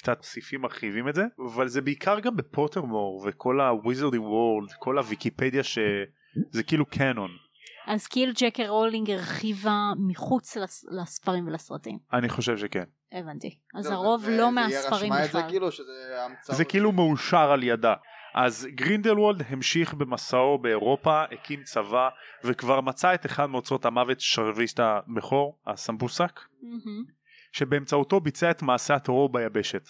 Speaker 1: קצת מוסיפים מרחיבים את זה. אבל זה בעיקר גם בפוטרמור וכל הוויזרדים וורד כל הוויקיפדיה שזה כאילו קאנון.
Speaker 2: אז כאילו ג'קר רולינג הרחיבה מחוץ לס- לספרים ולסרטים.
Speaker 1: אני חושב שכן.
Speaker 2: הבנתי. אז
Speaker 3: לא,
Speaker 2: הרוב
Speaker 3: זה-
Speaker 2: לא
Speaker 3: זה- היא
Speaker 2: מהספרים
Speaker 3: רשמה את זה
Speaker 2: בכלל.
Speaker 3: כאילו שזה המצאה.
Speaker 1: זה כאילו מאושר על ידה. אז גרינדלוולד המשיך במסעו באירופה, הקים צבא, וכבר מצא את אחד מאוצרות המוות שרביסט המכור, הסמבוסק,
Speaker 2: מהמם.
Speaker 1: שבאמצעותו ביצע את מעשה הטרור ביבשת.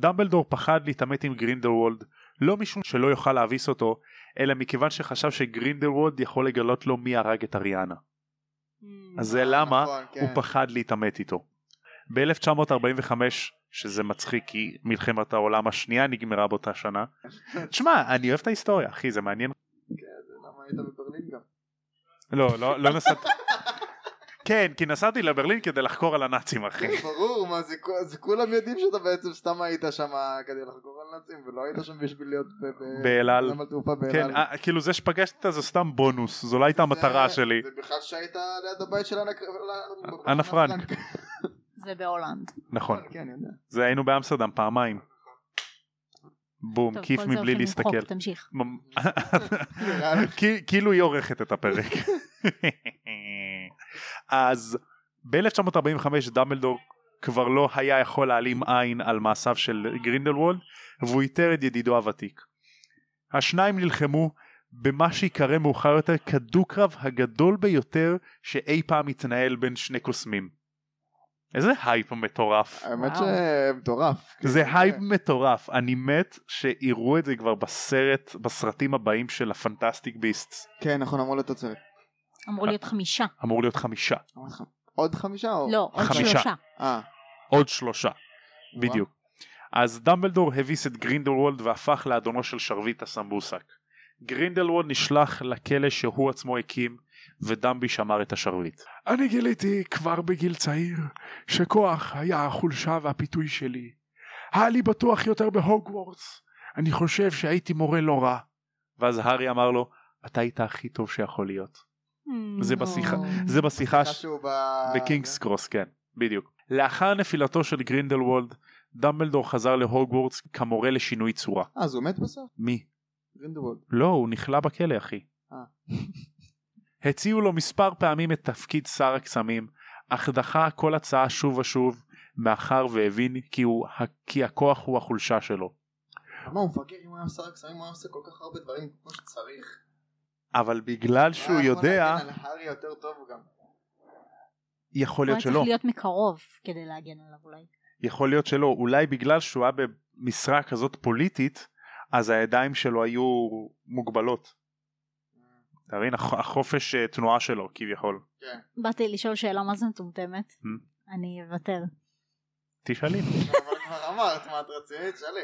Speaker 1: דמבלדור פחד להתעמת עם גרינדלוולד, לא משום שלא יוכל להביס אותו, אלא מכיוון שחשב שגרינדלוולד יכול לגלות לו מי הרג את אריאנה. אז זה למה
Speaker 3: נכון, כן.
Speaker 1: הוא פחד להתעמת איתו. ב-1945, שזה מצחיק כי מלחמת העולם השנייה נגמרה באותה שנה. תשמע, אני אוהב את ההיסטוריה, אחי, זה מעניין.
Speaker 3: זה למה היית בברלין גם?
Speaker 1: לא, לא, לא נסעתי. כן, כי נסעתי לברלין כדי לחקור על הנאצים, אחי.
Speaker 3: ברור, מה זה, כו- זה כולם יודעים שאתה בעצם סתם היית שם כדי לחקור על נאצים, ולא היית שם בשביל להיות ב- ב-
Speaker 1: באל על.
Speaker 3: נמל תעופה באל
Speaker 1: כן,
Speaker 3: על.
Speaker 1: אה, כאילו זה שפגשתי אותה זה סתם בונוס, זו לא הייתה המטרה
Speaker 3: זה-
Speaker 1: שלי.
Speaker 3: זה בכלל שהיית ליד הבית של אנה קר-
Speaker 1: אנה פרנק.
Speaker 2: זה בהולנד.
Speaker 1: כן, נכון,
Speaker 3: כן, אני יודע.
Speaker 1: זה היינו באמסרדם פעמיים. בום,
Speaker 2: טוב,
Speaker 1: כיף
Speaker 2: כל זה
Speaker 1: מבלי
Speaker 2: הולכים
Speaker 1: להסתכל.
Speaker 2: למחוק, תמשיך.
Speaker 1: ממ-
Speaker 3: נראה
Speaker 1: (laughs)
Speaker 3: לי.
Speaker 1: כי- כאילו היא עורכת את הפרק. אז ב-1945 דמבלדור כבר לא היה יכול להעלים עין על מעשיו של גרינדלוולד והוא איתר את ידידו הוותיק. השניים נלחמו במה שייקרא מאוחר יותר כדו-קרב הגדול ביותר שאי פעם התנהל בין שני קוסמים. איזה הייפ מטורף.
Speaker 3: האמת
Speaker 2: וואו.
Speaker 3: שמטורף. כן, אוקיי.
Speaker 1: זה הייפ מטורף אני מת שיראו את זה כבר בסרט בסרטים הבאים של הפנטסטיק ביסטס
Speaker 3: כן, נכון, אמור להיות עוצרת.
Speaker 2: אמור
Speaker 1: אה.
Speaker 2: להיות חמישה.
Speaker 1: אמור להיות חמישה
Speaker 3: אמרתי לך, עוד חמישה או?
Speaker 2: לא, עוד
Speaker 1: חמישה.
Speaker 2: שלושה.
Speaker 3: אה.
Speaker 1: עוד שלושה בדיוק אז דמבלדור הביס את גרינדלוולד והפך לאדונו של שרביט הסמבוסק גרינדלוולד נשלח לכלא שהוא עצמו הקים ודמבי שמר את השרביט. אני גיליתי כבר בגיל צעיר שכוח היה החולשה והפיתוי שלי. היה לי בטוח יותר בהוגוורטס. אני חושב שהייתי מורה לא רע. ואז הארי אמר לו אתה היית הכי טוב שיכול להיות. זה
Speaker 2: נו.
Speaker 1: בשיחה- זה בשיחה ש-
Speaker 3: משהו ב...
Speaker 1: בקינגס קרוס כן בדיוק לאחר נפילתו של גרינדלוולד דמבלדור חזר להוגוורטס כמורה לשינוי צורה
Speaker 3: אה, אז הוא מת בסוף?
Speaker 1: מי?
Speaker 3: גרינדוולד.
Speaker 1: לא הוא נכלא בכלא אחי
Speaker 3: אה.
Speaker 1: (laughs) הציעו לו מספר פעמים את תפקיד שר הקסמים אך דחה כל הצעה שוב ושוב מאחר והבין כי, הוא, כי הכוח הוא החולשה שלו
Speaker 3: מה, הוא מפגר אם הוא היה שר הקסמים, הוא היה עושה כל כך הרבה דברים כמו שצריך.
Speaker 1: אבל בגלל שהוא
Speaker 3: אה, יכול
Speaker 1: יודע
Speaker 3: להגן על הארי יותר טוב גם.
Speaker 1: יכול
Speaker 2: הוא
Speaker 1: להיות
Speaker 2: היה
Speaker 1: שלא
Speaker 2: צריך להיות מקרוב כדי להגן עליו אולי.
Speaker 1: יכול להיות שלא אולי בגלל שהוא היה במשרה כזאת פוליטית אז הידיים שלו היו מוגבלות. אתה מבין? הח- החופש אה, תנועה שלו כביכול.
Speaker 3: כן.
Speaker 2: באתי לשאול שאלה מה זה מטומטמת.
Speaker 1: Hmm.
Speaker 2: אני אוותר.
Speaker 1: תשאלי.
Speaker 3: (laughs)
Speaker 1: (laughs)
Speaker 3: אבל כבר אמרת מה את רצינית שלי.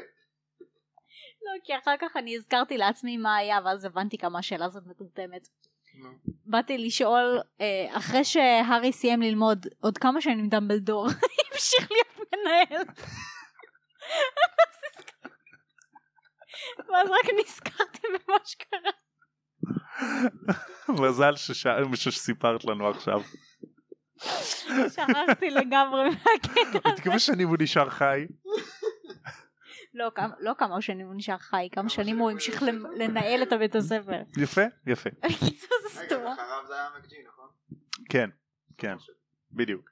Speaker 2: לא, כי אחר כך אני הזכרתי לעצמי מה היה, ואז הבנתי כמה השאלה הזאת מטומטמת. באתי לשאול, אה, אחרי שהארי סיים ללמוד, עוד כמה שנים דמבלדור (laughs) המשיך להיות מנהל. ואז רק נזכרתי במה שקרה.
Speaker 1: מזל שש- שסיפרת לנו עכשיו.
Speaker 2: שכחתי לגמרי מהקטע
Speaker 1: עוד
Speaker 2: הזה.
Speaker 1: כמה שנים הוא נשאר חי?
Speaker 2: לא, כמה- לא כמה שנים הוא נשאר חי, כמה שנים הוא המשיך למ- לנהל את הבית הספר.
Speaker 1: יפה, יפה.
Speaker 2: בקיצור, זה
Speaker 3: רגע,
Speaker 2: סתום.
Speaker 3: אחריו זה היה מקג'י, נכון?
Speaker 1: כן, כן, בדיוק.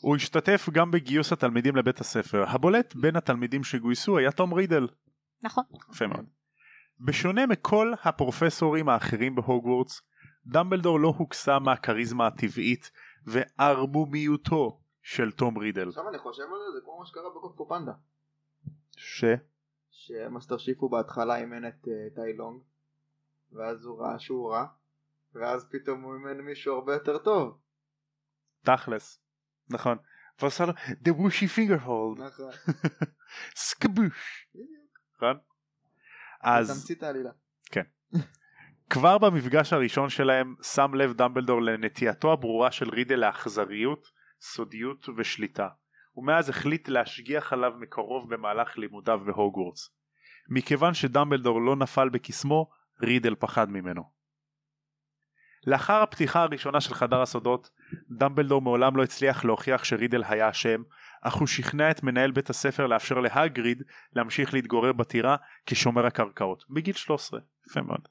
Speaker 1: הוא השתתף גם בגיוס התלמידים לבית הספר. הבולט בין התלמידים שגויסו היה תום רידל.
Speaker 2: נכון.
Speaker 1: יפה מאוד. בשונה מכל הפרופסורים האחרים בהוגוורטס, דמבלדור לא הוקסם מהכריזמה הטבעית וערמומיותו של תום רידל.
Speaker 3: עכשיו אני חושב על זה, זה כמו מה שקרה בקונג פנדה.
Speaker 1: ש?
Speaker 3: שמאסטר שיף הוא בהתחלה אימן את אה, טאי לונג ואז הוא ראה שהוא רע ואז פתאום הוא אימן מישהו הרבה יותר טוב
Speaker 1: תכלס. נכון. ועשה לו The Wushy Finger Hold.
Speaker 3: נכון
Speaker 1: סקבוש. נכון? אז...
Speaker 3: תמצית העלילה
Speaker 1: כבר במפגש הראשון שלהם שם לב דמבלדור לנטייתו הברורה של רידל לאכזריות, סודיות ושליטה, ומאז החליט להשגיח עליו מקרוב במהלך לימודיו בהוגוורטס. מכיוון שדמבלדור לא נפל בקסמו, רידל פחד ממנו. לאחר הפתיחה הראשונה של חדר הסודות, דמבלדור מעולם לא הצליח להוכיח שרידל היה אשם, אך הוא שכנע את מנהל בית הספר לאפשר להגריד להמשיך להתגורר בטירה כשומר הקרקעות, בגיל 13. יפה מאוד.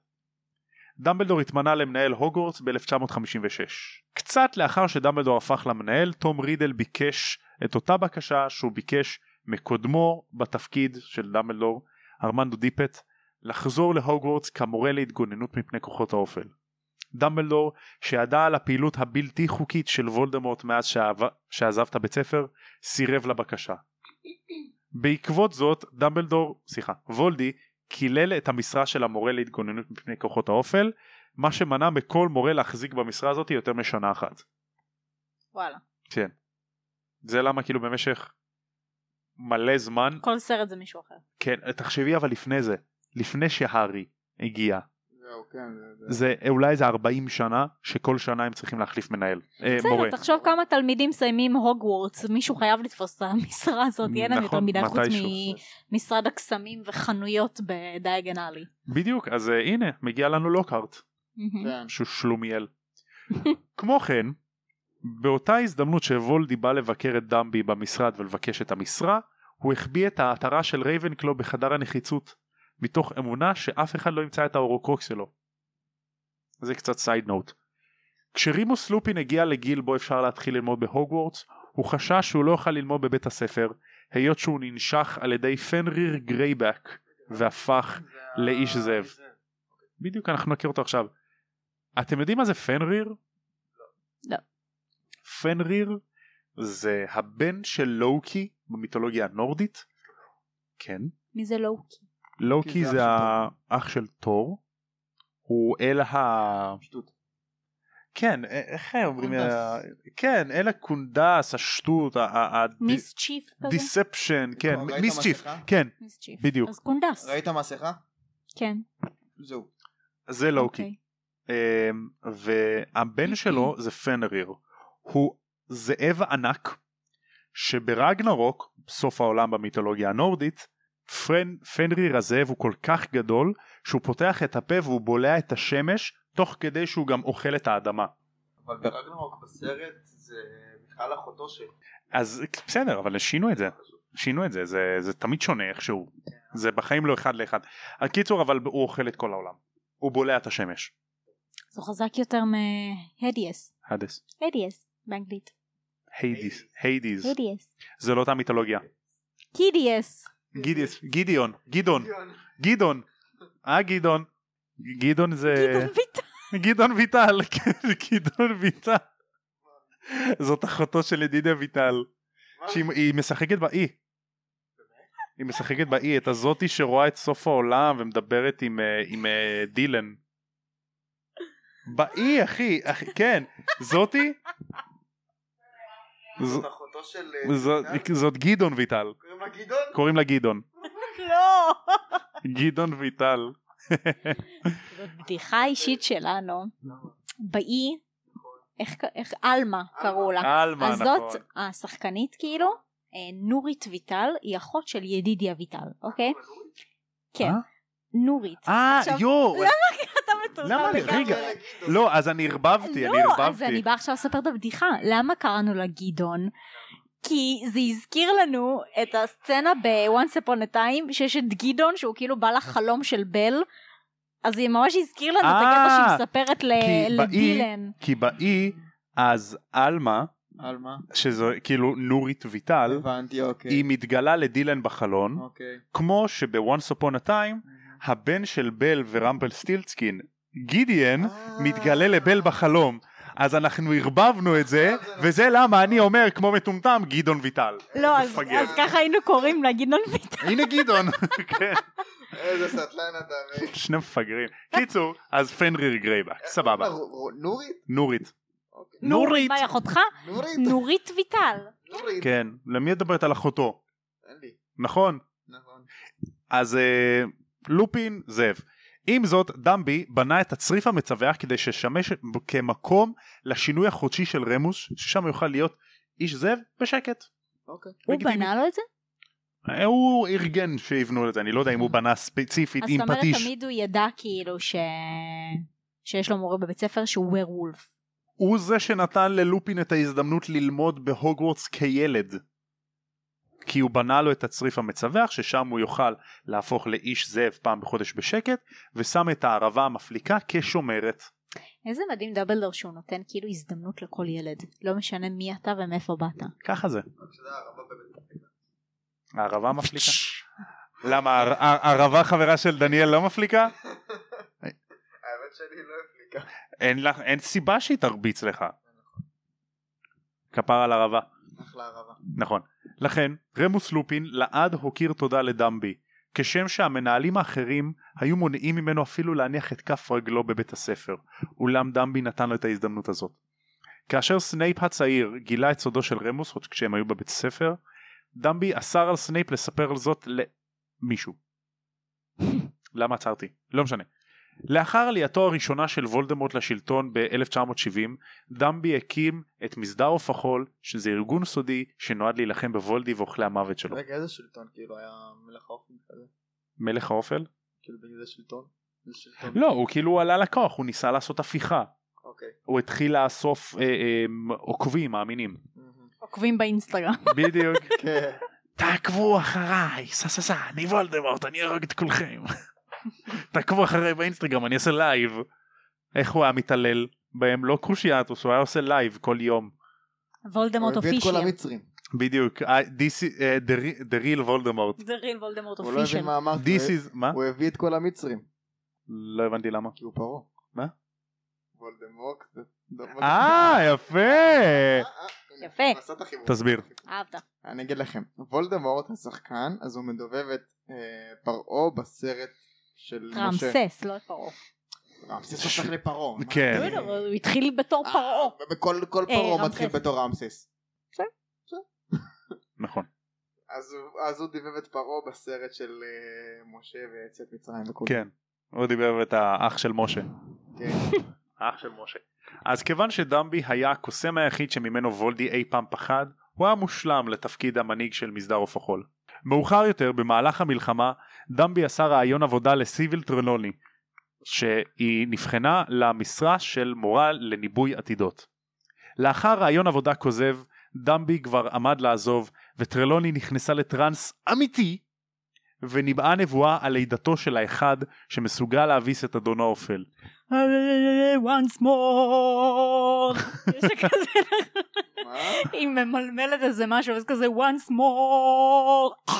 Speaker 1: דמבלדור התמנה למנהל הוגוורטס ב-1956. קצת לאחר שדמבלדור הפך למנהל, תום רידל ביקש את אותה בקשה שהוא ביקש מקודמו בתפקיד של דמבלדור, ארמנדו דיפט, לחזור להוגוורטס כמורה להתגוננות מפני כוחות האופל. דמבלדור, שידע על הפעילות הבלתי חוקית של וולדמורט מאז שעב- שעזב את הבית ספר, סירב לבקשה. בעקבות זאת, דמבלדור, סליחה, וולדי, קילל את המשרה של המורה להתגוננות מפני כוחות האופל, מה שמנע מכל מורה להחזיק במשרה הזאת יותר משנה אחת.
Speaker 2: וואלה.
Speaker 1: כן. זה למה כאילו במשך מלא זמן,
Speaker 2: כל סרט זה מישהו אחר.
Speaker 1: כן, תחשבי אבל לפני זה, לפני שהארי הגיע,
Speaker 3: זהו כן זה- זה-
Speaker 1: זה אולי איזה 40 שנה שכל שנה הם צריכים להחליף מנהל, אה, מורה.
Speaker 2: בסדר, תחשוב כמה תלמידים מסיימים הוגוורטס, מישהו חייב לתפוס את המשרה הזאת, אין לנו יותר
Speaker 1: נכון,
Speaker 2: מדי חוץ
Speaker 1: מתישהו.
Speaker 2: ממשרד הקסמים וחנויות בדיאגנלי.
Speaker 1: בדיוק, אז אה, הנה, מגיע לנו לוקהרט.
Speaker 3: כן.
Speaker 1: שהוא שלומיאל. כמו כן, באותה הזדמנות שוולדי בא לבקר את דמבי במשרד ולבקש את המשרה, הוא החביא את העטרה של רייבנקלו בחדר הנחיצות, מתוך אמונה שאף אחד לא ימצא את האורוקרוקס שלו. זה קצת סייד נוט. כשרימוס לופין הגיע לגיל בו אפשר להתחיל ללמוד בהוגוורטס, הוא חשש שהוא לא יוכל ללמוד בבית הספר, היות שהוא ננשך על ידי פנריר גרייבק, והפך
Speaker 3: זה
Speaker 1: לאיש
Speaker 3: ה-
Speaker 1: זאב.
Speaker 3: זה.
Speaker 1: בדיוק אנחנו נכיר אותו עכשיו. אתם יודעים מה זה פנריר?
Speaker 2: לא.
Speaker 1: פנריר זה הבן של לוקי במיתולוגיה הנורדית. כן.
Speaker 2: מי זה לוקי?
Speaker 1: לוקי
Speaker 3: זה
Speaker 1: זה
Speaker 3: אח של
Speaker 1: האח של תור. הוא אל ה...
Speaker 3: שטות.
Speaker 1: כן, א- איך הם אומרים?
Speaker 2: קונדס.
Speaker 1: ה- כן, אל הקונדס, השטות,
Speaker 2: מיס צ'יף כזה?
Speaker 1: הדיספשן, כן,
Speaker 3: ראית
Speaker 1: מיסצ'יף,
Speaker 3: מסכה?
Speaker 1: כן,
Speaker 2: מיס צ'יף.
Speaker 1: בדיוק.
Speaker 2: אז קונדס.
Speaker 3: ראית מסכה?
Speaker 2: כן.
Speaker 3: זהו
Speaker 1: זה לוקי.
Speaker 2: אוקיי.
Speaker 1: אמ, והבן שלו זה פנריר הוא זאב ענק שברגנרוק סוף העולם במיתולוגיה הנורדית פרן, פנריר הזאב הוא כל כך גדול שהוא פותח את הפה והוא בולע את השמש תוך כדי שהוא גם אוכל את האדמה
Speaker 3: אבל ברגנרוק בסרט זה בכלל אחותו של
Speaker 1: אז בסדר אבל שינו את זה שינו את זה זה, זה תמיד שונה איכשהו זה בחיים לא אחד לאחד הקיצור אבל הוא אוכל את כל העולם הוא בולע את השמש
Speaker 2: אז הוא חזק יותר מהדיאס.
Speaker 1: האדס
Speaker 2: הדיאס באנגלית.
Speaker 1: היידיס היידיס
Speaker 2: הדיאס.
Speaker 1: זה לא אותה מיתולוגיה
Speaker 2: קידיאס.
Speaker 1: אה. גידיס, גידיון, גדעון, גדעון, אה גדעון, גדעון זה,
Speaker 2: גדעון ביטון.
Speaker 1: גדעון ויטל, כן, גדעון ויטל, זאת אחותו של ידידיה ויטל,
Speaker 3: מה?
Speaker 1: שהיא היא משחקת בה, היא, היא היא משחקת באי את הזאתי שרואה את סוף העולם ומדברת עם, אה, עם אה, דילן. באי אחי, אחי כן זאתי ז-
Speaker 3: זאת אחותו של... אה,
Speaker 1: זאת-
Speaker 3: ויטל?
Speaker 1: זאת גדעון ויטל
Speaker 3: קוראים לה גדעון?
Speaker 1: קוראים לה גדעון
Speaker 2: לא!
Speaker 1: גדעון ויטל
Speaker 2: זאת בדיחה אישית שלנו. באי, איך ק- איך עלמה קראו לה.
Speaker 1: עלמה
Speaker 2: אז
Speaker 1: נכון
Speaker 2: זאת השחקנית כאילו, אה, נורית ויטל, היא אחות של ידידיה ויטל, אוקיי? כן.
Speaker 1: אה?
Speaker 2: נורית.
Speaker 1: אה
Speaker 2: עכשיו-
Speaker 1: יואו
Speaker 2: אתה מטורטל
Speaker 1: למה אני-
Speaker 2: לגמרי.
Speaker 1: לא, רגע.
Speaker 3: קוראים לה גדעון.
Speaker 1: לא אז אני ערבבתי אני
Speaker 2: לא, אז אני
Speaker 1: ערבבתי
Speaker 2: באה עכשיו לספר את הבדיחה. למה קראנו לה גדעון? כי זה הזכיר לנו את הסצנה ב-Once Upon a Time שיש את גדעון שהוא כאילו בא לחלום של בל אז היא ממש הזכיר לנו את הקטע
Speaker 1: אה,
Speaker 2: שהיא מספרת ל-
Speaker 1: כי באי-
Speaker 2: לדילן.
Speaker 1: כי באי אז עלמה
Speaker 3: על מה?
Speaker 1: שזו כאילו נורית ויטל
Speaker 3: הבנתי, אוקיי.
Speaker 1: היא מתגלה לדילן בחלון
Speaker 3: אוקיי.
Speaker 1: כמו שב-once upon a time הבן של בל ורמפל סטילצקין גידיאן מתגלה לבל בחלום אז אנחנו ערבבנו את זה וזה למה אני אומר כמו מטומטם גדעון ויטל
Speaker 2: לא, אז
Speaker 1: מפגר.
Speaker 2: אז ככה היינו קוראים לה גדעון ויטל.
Speaker 1: הנה גדעון כן,
Speaker 3: איזה סטלן אתה. ו-
Speaker 1: שני מפגרים קיצור אז פנריר
Speaker 3: אה,
Speaker 1: גרייבק סבבה
Speaker 3: ר- ר- נורית?
Speaker 1: נורית
Speaker 3: אוקיי.
Speaker 1: (laughs) נורית
Speaker 2: מה היא אחותך?
Speaker 3: נורית?
Speaker 2: נורית ויטל.
Speaker 3: נורית.
Speaker 1: כן למי את מדברת על אחותו
Speaker 3: אין לי.
Speaker 1: נכון
Speaker 3: נכון.
Speaker 1: אז אה, לופין זאב. עם זאת, דמבי בנה את הצריף המצווח כדי שישמש כמקום לשינוי החודשי של רמוס, ששם יוכל להיות איש זאב בשקט.
Speaker 3: אוקיי.
Speaker 2: הוא
Speaker 1: לגיטימי.
Speaker 2: בנה לו את זה?
Speaker 1: אה, הוא ארגן שיבנו את זה, אני לא יודע אם הוא בנה ספציפית
Speaker 2: אז
Speaker 1: עם
Speaker 2: זאת אומרת
Speaker 1: פטיש.
Speaker 2: תמיד הוא ידע כאילו ש... שיש לו מורה בבית ספר שהוא ווירולף.
Speaker 1: הוא זה שנתן ללופין את ההזדמנות ללמוד בהוגוורטס כילד. כי הוא בנה לו את הצריף המצווח ששם הוא יוכל להפוך לאיש זאב פעם בחודש בשקט ושם את הערבה המפליקה כשומרת.
Speaker 2: איזה מדהים דמבלדור שהוא נותן כאילו הזדמנות לכל ילד לא משנה מי אתה ומאיפה באת.
Speaker 1: ככה זה.
Speaker 3: רק שזה הרבה באמת.
Speaker 1: הערבה מפליקה? (laughs) למה הר- הר- ערבה חברה של דניאל לא מפליקה?
Speaker 3: האמת שלי לא הפליקה.
Speaker 1: אין לך- אין סיבה שהיא תרביץ לך. כפר על ערבה.
Speaker 3: אחלה הרבה.
Speaker 1: נכון. לכן רמוס לופין לעד הוקיר תודה לדמבי, כשם שהמנהלים האחרים היו מונעים ממנו אפילו להניח את כף רגלו בבית הספר, אולם דמבי נתן לו את ההזדמנות הזאת. כאשר סנייפ הצעיר גילה את סודו של רמוס עוד כשהם היו בבית הספר, דמבי אסר על סנייפ לספר על זאת למישהו. למה עצרתי? לא משנה. לאחר עלייתו הראשונה של וולדמורט לשלטון ב-1970, דמבי הקים את מסדר עוף החול, שזה ארגון סודי שנועד להילחם בוולדי ואוכלי המוות שלו.
Speaker 3: רגע, איזה שלטון? כאילו היה מלך האופן כזה?
Speaker 1: מלך האופל?
Speaker 3: כאילו בגלל זה שלטון? זה שלטון.
Speaker 1: לא, הוא כאילו עלה לכוח, הוא ניסה לעשות הפיכה.
Speaker 3: אוקיי.
Speaker 1: הוא התחיל לאסוף אה, אה, עוקבים, מאמינים.
Speaker 3: מהמם.
Speaker 2: עוקבים באינסטגרם.
Speaker 1: בדיוק.
Speaker 3: כן.
Speaker 1: (laughs) תעקבו אחריי, סע סע סע, אני וולדמורט, אני ארוג את כולכם. (laughs) תעקבו אחריי באינסטגרם, אני אעשה לייב. איך הוא היה מתעלל בהם? לא קרושיאטוס, הוא היה עושה לייב כל יום.
Speaker 2: (laughs) וולדמורט
Speaker 3: הוא לא הביא את כל
Speaker 2: אופישל.
Speaker 3: המצרים.
Speaker 1: בדיוק, I- this is- אה, the re- the real וולדמורט.
Speaker 2: זה ריל וולדמורט
Speaker 3: הוא לא
Speaker 2: אופישל.
Speaker 3: הבין מה אמרת.
Speaker 1: This is,
Speaker 3: הוא-
Speaker 1: מה?
Speaker 3: הוא הביא את כל המצרים.
Speaker 1: לא הבנתי למה.
Speaker 3: כי הוא פרעה.
Speaker 1: מה?
Speaker 3: וולדמורט.
Speaker 1: אה, יפה!
Speaker 3: הנה,
Speaker 2: יפה.
Speaker 3: אה, הוא עשה את החיבור.
Speaker 1: תסביר.
Speaker 2: אהבת.
Speaker 3: אני אגיד לכם, וולדמורט השחקן, אז הוא מדובב את אה, פרעה בסרט של משה.
Speaker 2: רמסס לא פרעה.
Speaker 3: כן. רמסס הופך לפרעה. מה?
Speaker 1: כן.
Speaker 2: לא, לא, הוא התחיל בתור
Speaker 3: אה,
Speaker 2: פרעה.
Speaker 3: בכל כל
Speaker 2: אה,
Speaker 3: פרעה
Speaker 2: רמסס.
Speaker 3: מתחיל בתור רמסס.
Speaker 1: נכון.
Speaker 3: אז הוא- אז הוא דיבב את פרעה בסרט של אה, משה ויציאת מצרים וכו'.
Speaker 1: כן. הוא דיבר את האח של משה.
Speaker 3: כן.
Speaker 1: האח אה, של משה. אז כיוון שדמבי היה הקוסם היחיד שממנו וולדי אי פעם פחד, הוא היה מושלם לתפקיד המנהיג של מסדר עוף החול. מאוחר יותר, במהלך המלחמה, דמבי עשה ראיון עבודה לסיביל טרנוני, שהיא נבחנה למשרה של מורה לניבוי עתידות. לאחר ראיון עבודה כוזב, דמבי כבר עמד לעזוב, וטרלוני נכנסה לטראנס אמיתי, וניבאה נבואה על לידתו של האחד שמסוגל להביס את אדון האופל.
Speaker 2: אה, once
Speaker 3: (laughs)
Speaker 2: more. יש לה כזה,
Speaker 3: מה?
Speaker 2: היא ממלמלת איזה משהו, אז כזה once more.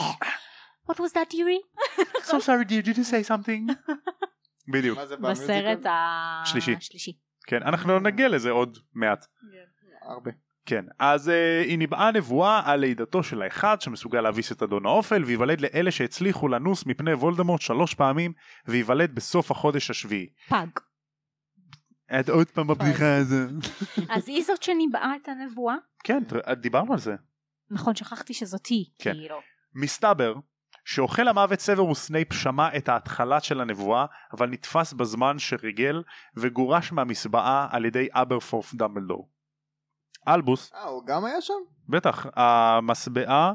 Speaker 2: What was that, יורי?
Speaker 1: so sorry did you say something? (laughs) בדיוק.
Speaker 3: מה זה
Speaker 2: בסרט
Speaker 3: במיוזיקל?
Speaker 2: השלישי.
Speaker 1: שלישי. כן, אנחנו נגיע לזה עוד מעט.
Speaker 3: הרבה.
Speaker 1: כן, אז אה, היא ניבאה נבואה על לידתו של האחד שמסוגל להביס את אדון האופל וייוולד לאלה שהצליחו לנוס מפני וולדמורט שלוש פעמים וייוולד בסוף החודש השביעי.
Speaker 2: פג.
Speaker 1: את עוד פעם בבדיחה הזו.
Speaker 2: אז היא זאת שניבאה את הנבואה?
Speaker 1: כן, תראה, דיברנו על זה.
Speaker 2: נכון, שכחתי שזאת היא.
Speaker 1: כן.
Speaker 2: כאילו.
Speaker 1: מסתבר שאוכל המוות סוורוס סנייפ שמע את ההתחלה של הנבואה אבל נתפס בזמן שריגל וגורש מהמסבעה על ידי אברפורף דמבלדור. אלבוס,
Speaker 3: אה, הוא גם היה שם?
Speaker 1: בטח, המסבעה,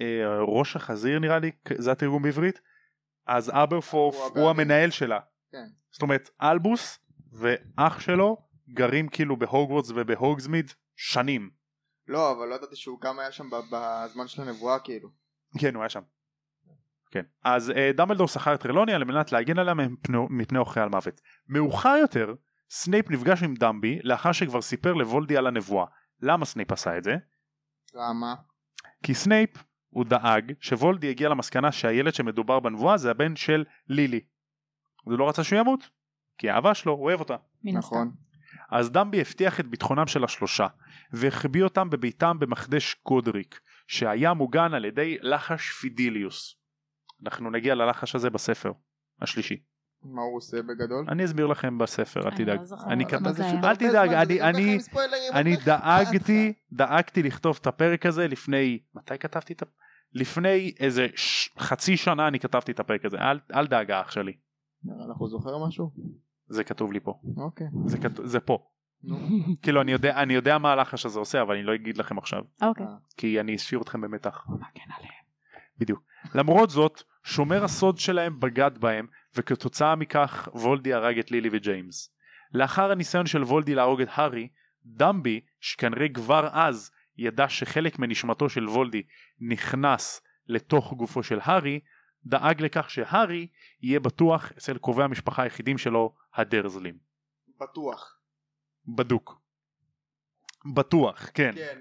Speaker 1: אה, ראש החזיר נראה לי, כ- זה התרגום בעברית, אז אברפורף
Speaker 3: הוא הבעלים.
Speaker 1: הוא המנהל שלה.
Speaker 3: כן.
Speaker 1: זאת אומרת אלבוס ואח שלו גרים כאילו בהוגוורטס ובהוגזמיד שנים.
Speaker 3: לא, אבל לא ידעתי שהוא גם היה שם ב- בזמן של הנבואה, כאילו.
Speaker 1: כן הוא היה שם. כן. אז אה, דמבלדור שכר את טרלוני על מנת להגן עליה מפני, מפני אוכלי המוות. מאוחר יותר סנייפ נפגש עם דמבי לאחר שכבר סיפר לוולדי על הנבואה. למה סנייפ עשה את זה?
Speaker 3: למה?
Speaker 1: כי סנייפ הוא דאג שוולדי הגיע למסקנה שהילד שמדובר בנבואה זה הבן של לילי. הוא לא רצה שהוא ימות כי האהבה שלו הוא אוהב אותה.
Speaker 2: מן הסתם.
Speaker 3: נכון.
Speaker 1: אז דמבי הבטיח את ביטחונם של השלושה והחביא אותם בביתם במחדש גודריק שהיה מוגן על ידי לחש פידיליוס. אנחנו נגיע ללחש הזה בספר השלישי.
Speaker 3: מה הוא עושה בגדול?
Speaker 1: אני אסביר לכם בספר אל
Speaker 2: אני
Speaker 1: תדאג.
Speaker 2: לא זוכרת.
Speaker 1: אני
Speaker 2: מה
Speaker 1: כתב-
Speaker 2: זה היה?
Speaker 1: אל תדאג אני אני אני דאגתי
Speaker 3: לך?
Speaker 1: דאגתי לכתוב את הפרק הזה לפני מתי כתבתי את הפרק? לפני איזה ש... חצי שנה אני כתבתי את הפרק הזה אל, אל דאגה אח שלי
Speaker 3: אנחנו זוכר משהו?
Speaker 1: זה כתוב לי פה
Speaker 3: אוקיי.
Speaker 1: זה, כת... זה פה
Speaker 3: נו.
Speaker 1: כאילו אני יודע אני יודע מה הלחש הזה עושה אבל אני לא אגיד לכם עכשיו
Speaker 2: אוקיי.
Speaker 1: כי אני אשאיר אתכם במתח. בדיוק. למרות זאת, שומר הסוד שלהם בגד בהם, וכתוצאה מכך וולדי הרג את לילי וג'יימס. לאחר הניסיון של וולדי להרוג את הארי, דמבי, שכנראה כבר אז ידע שחלק מנשמתו של וולדי נכנס לתוך גופו של הארי, דאג לכך שהארי יהיה בטוח אצל קרובי המשפחה היחידים שלו, הדרזלים.
Speaker 3: בטוח.
Speaker 1: בדוק. בטוח, כן. (laughs)
Speaker 3: כן.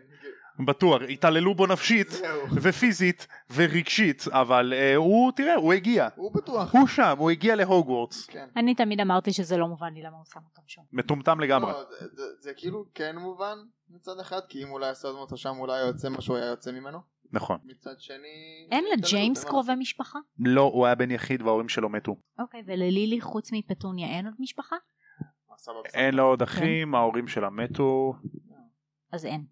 Speaker 1: בטוח. התעללו בו נפשית.
Speaker 3: זהו.
Speaker 1: ופיזית ורגשית אבל אה, הוא תראה הוא הגיע
Speaker 3: הוא בטוח.
Speaker 1: הוא שם הוא הגיע להוגוורטס
Speaker 3: כן.
Speaker 2: אני תמיד אמרתי שזה לא מובן לי למה הוא שם אותם שם.
Speaker 1: מטומטם לגמרי
Speaker 3: לא, זה- זה- זה כאילו כן מובן מצד אחד, כי אם אולי יעשה אותו שם אולי יוצא מה שהוא היה יוצא ממנו.
Speaker 1: נכון
Speaker 3: מצד שני...
Speaker 2: אין
Speaker 3: זה
Speaker 2: לג'יימס
Speaker 3: התעללות,
Speaker 2: קרובי משפחה?
Speaker 1: לא הוא היה בן יחיד וההורים שלו מתו
Speaker 2: אוקיי, וללילי חוץ מפטוניה אין עוד משפחה?
Speaker 3: אה, סבבה, סבבה.
Speaker 1: אין לו עוד
Speaker 2: כן.
Speaker 1: אחים ההורים שלה מתו
Speaker 2: אז אין.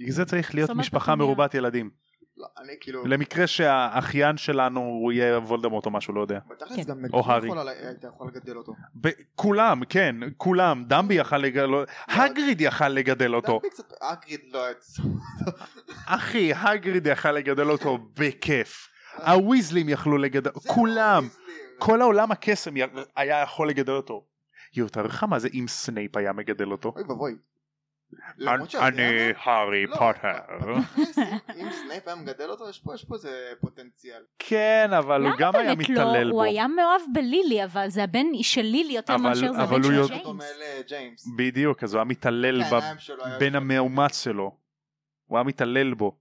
Speaker 1: בגלל זה צריך להיות
Speaker 2: זאת אומרת,
Speaker 1: משפחה
Speaker 2: אתם-
Speaker 1: מרובת ילדים
Speaker 3: לא, אני כאילו...
Speaker 1: למקרה שהאחיין שלנו הוא יהיה וולדמורט או משהו לא יודע
Speaker 3: בתכלס
Speaker 2: כן.
Speaker 3: גם
Speaker 1: או
Speaker 3: מג'י
Speaker 1: הארי.
Speaker 3: יכול עלי- היית יכול לגדל אותו.
Speaker 1: ב- כולם כן כולם דמבי יכל לגדל הגריד יכל לגדל אותו
Speaker 3: דמבי קצת- אגריד לא היה צ-
Speaker 1: אחי הגריד יכל לגדל אותו בכיף הוויזלים יכלו לגדל
Speaker 3: לא
Speaker 2: לא
Speaker 1: כולם
Speaker 3: זה-
Speaker 1: כל העולם הקסם י- היה יכול לגדל אותו. יואו, תאר לך מה זה אם סנייפ היה מגדל אותו?
Speaker 3: אוי ואבוי. למרות שאתה יודע
Speaker 1: אני
Speaker 3: מה?
Speaker 1: הארי
Speaker 3: לא, (laughs)
Speaker 1: פוטר.
Speaker 3: בתכלס, אם סנייפ היה מגדל אותו, יש פה- יש פה איזה פוטנציאל.
Speaker 1: כן, אבל הוא גם היה
Speaker 2: באמת לא?
Speaker 1: מתעלל בו.
Speaker 2: הוא היה מאוהב בלילי, אבל זה הבן של לילי יותר
Speaker 1: אבל-
Speaker 2: מאשר
Speaker 1: אבל
Speaker 2: זה הבן
Speaker 1: הוא
Speaker 2: של
Speaker 1: יודע-
Speaker 3: הוא דומה
Speaker 2: ג'יימס. כן.
Speaker 3: לג'יימס.
Speaker 1: בדיוק, אז הוא היה מתעלל
Speaker 3: העיניים שלו כן, היה-
Speaker 1: בבן המאומץ שלו. הוא היה מתעלל בו.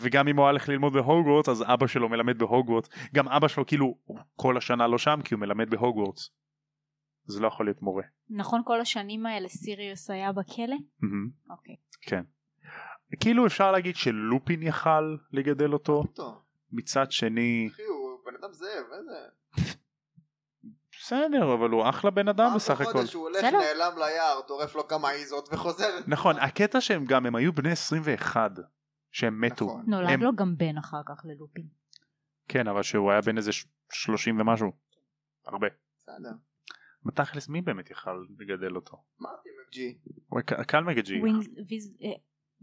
Speaker 1: וגם אם הוא הלך ללמוד בהוגוורטס, אז אבא שלו מלמד בהוגוורטס. גם אבא שלו כאילו הוא כל השנה לא שם כי הוא מלמד בהוגוורטס. זה לא יכול להיות מורה.
Speaker 2: נכון כל השנים האלה סיריוס היה בכלא?
Speaker 1: מהמם. כן.
Speaker 2: אוקיי.
Speaker 1: כאילו אפשר להגיד שלופין יכל לגדל אותו,
Speaker 3: אותו.
Speaker 1: מצד שני...
Speaker 3: אחי, הוא בן אדם זאב, איזה...
Speaker 1: בסדר אבל הוא אחלה בן אדם
Speaker 3: פעם
Speaker 1: בסך הכל
Speaker 3: בחודש הוא הולך
Speaker 2: בסדר.
Speaker 3: נעלם ליער, טורף לו כמה עיזות וחוזר.
Speaker 1: נכון הקטע שהם גם הם היו בני 21 שהם מתו
Speaker 3: נכון.
Speaker 2: נולד
Speaker 1: הם-
Speaker 2: לו גם בן אחר כך ללופין.
Speaker 1: כן אבל שהוא היה בן איזה ש- 30 ומשהו הרבה
Speaker 3: בסדר.
Speaker 1: בתכלס מי באמת יכל לגדל אותו?
Speaker 3: אמרתי מג'י.
Speaker 1: הוא היה קל מגג'י
Speaker 2: ווינז- ויז- אה,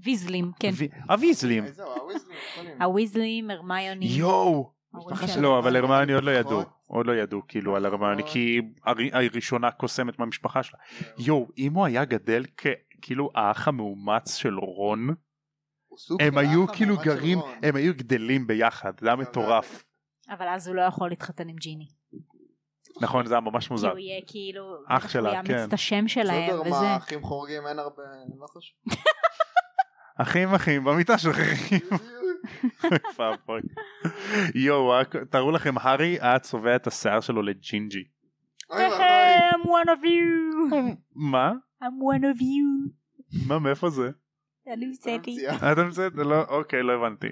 Speaker 2: ויזלים, כן.
Speaker 1: הוויזלים
Speaker 3: אה, זהו, הוויזלים, יכולים.
Speaker 2: הוויזלים, הרמיוני.
Speaker 1: יואו
Speaker 2: ההורים
Speaker 3: משפחה
Speaker 2: שלו.
Speaker 3: של-
Speaker 1: לא אבל הרמיוני עוד לא ידעו
Speaker 3: נכון.
Speaker 1: עוד לא ידעו כאילו על הרמיוני
Speaker 3: נכון.
Speaker 1: כי הר- הראשונה קוסמת מהמשפחה שלה יואו אם הוא היה גדל כ- כאילו האח המאומץ של רון
Speaker 3: הוא סוג
Speaker 1: הם
Speaker 3: של
Speaker 1: היו
Speaker 3: האח
Speaker 1: כאילו
Speaker 3: המאומץ של
Speaker 1: גרים
Speaker 3: רון.
Speaker 1: הם היו גדלים ביחד זה היה מטורף
Speaker 2: אבל אז הוא לא יכול להתחתן עם ג'יני.
Speaker 1: נכון זה היה ממש
Speaker 2: כי
Speaker 1: מוזר
Speaker 2: הוא יהיה כאילו...
Speaker 1: אח
Speaker 2: בטח
Speaker 1: שלה,
Speaker 2: הוא יאמץ
Speaker 1: כן.
Speaker 2: את השם שלהם
Speaker 3: בסדר, מה,
Speaker 2: וזה.
Speaker 3: אחים חורגים אין הרבה, לא חשוב.
Speaker 1: (laughs) אחים אחים במיטה של אחים אוי ואבוי. יואו היה- תארו לכם הארי היה צובע את השיער שלו לג'ינג'י
Speaker 2: אה,
Speaker 3: אוי
Speaker 2: (laughs)
Speaker 3: ואבוי.
Speaker 2: I'm one of you.
Speaker 1: מה?
Speaker 2: I'm one of you.
Speaker 1: מה מאיפה זה?
Speaker 2: אני המצאתי.
Speaker 3: אה,
Speaker 1: אתה בסדר? לא, אוקיי, לא הבנתי.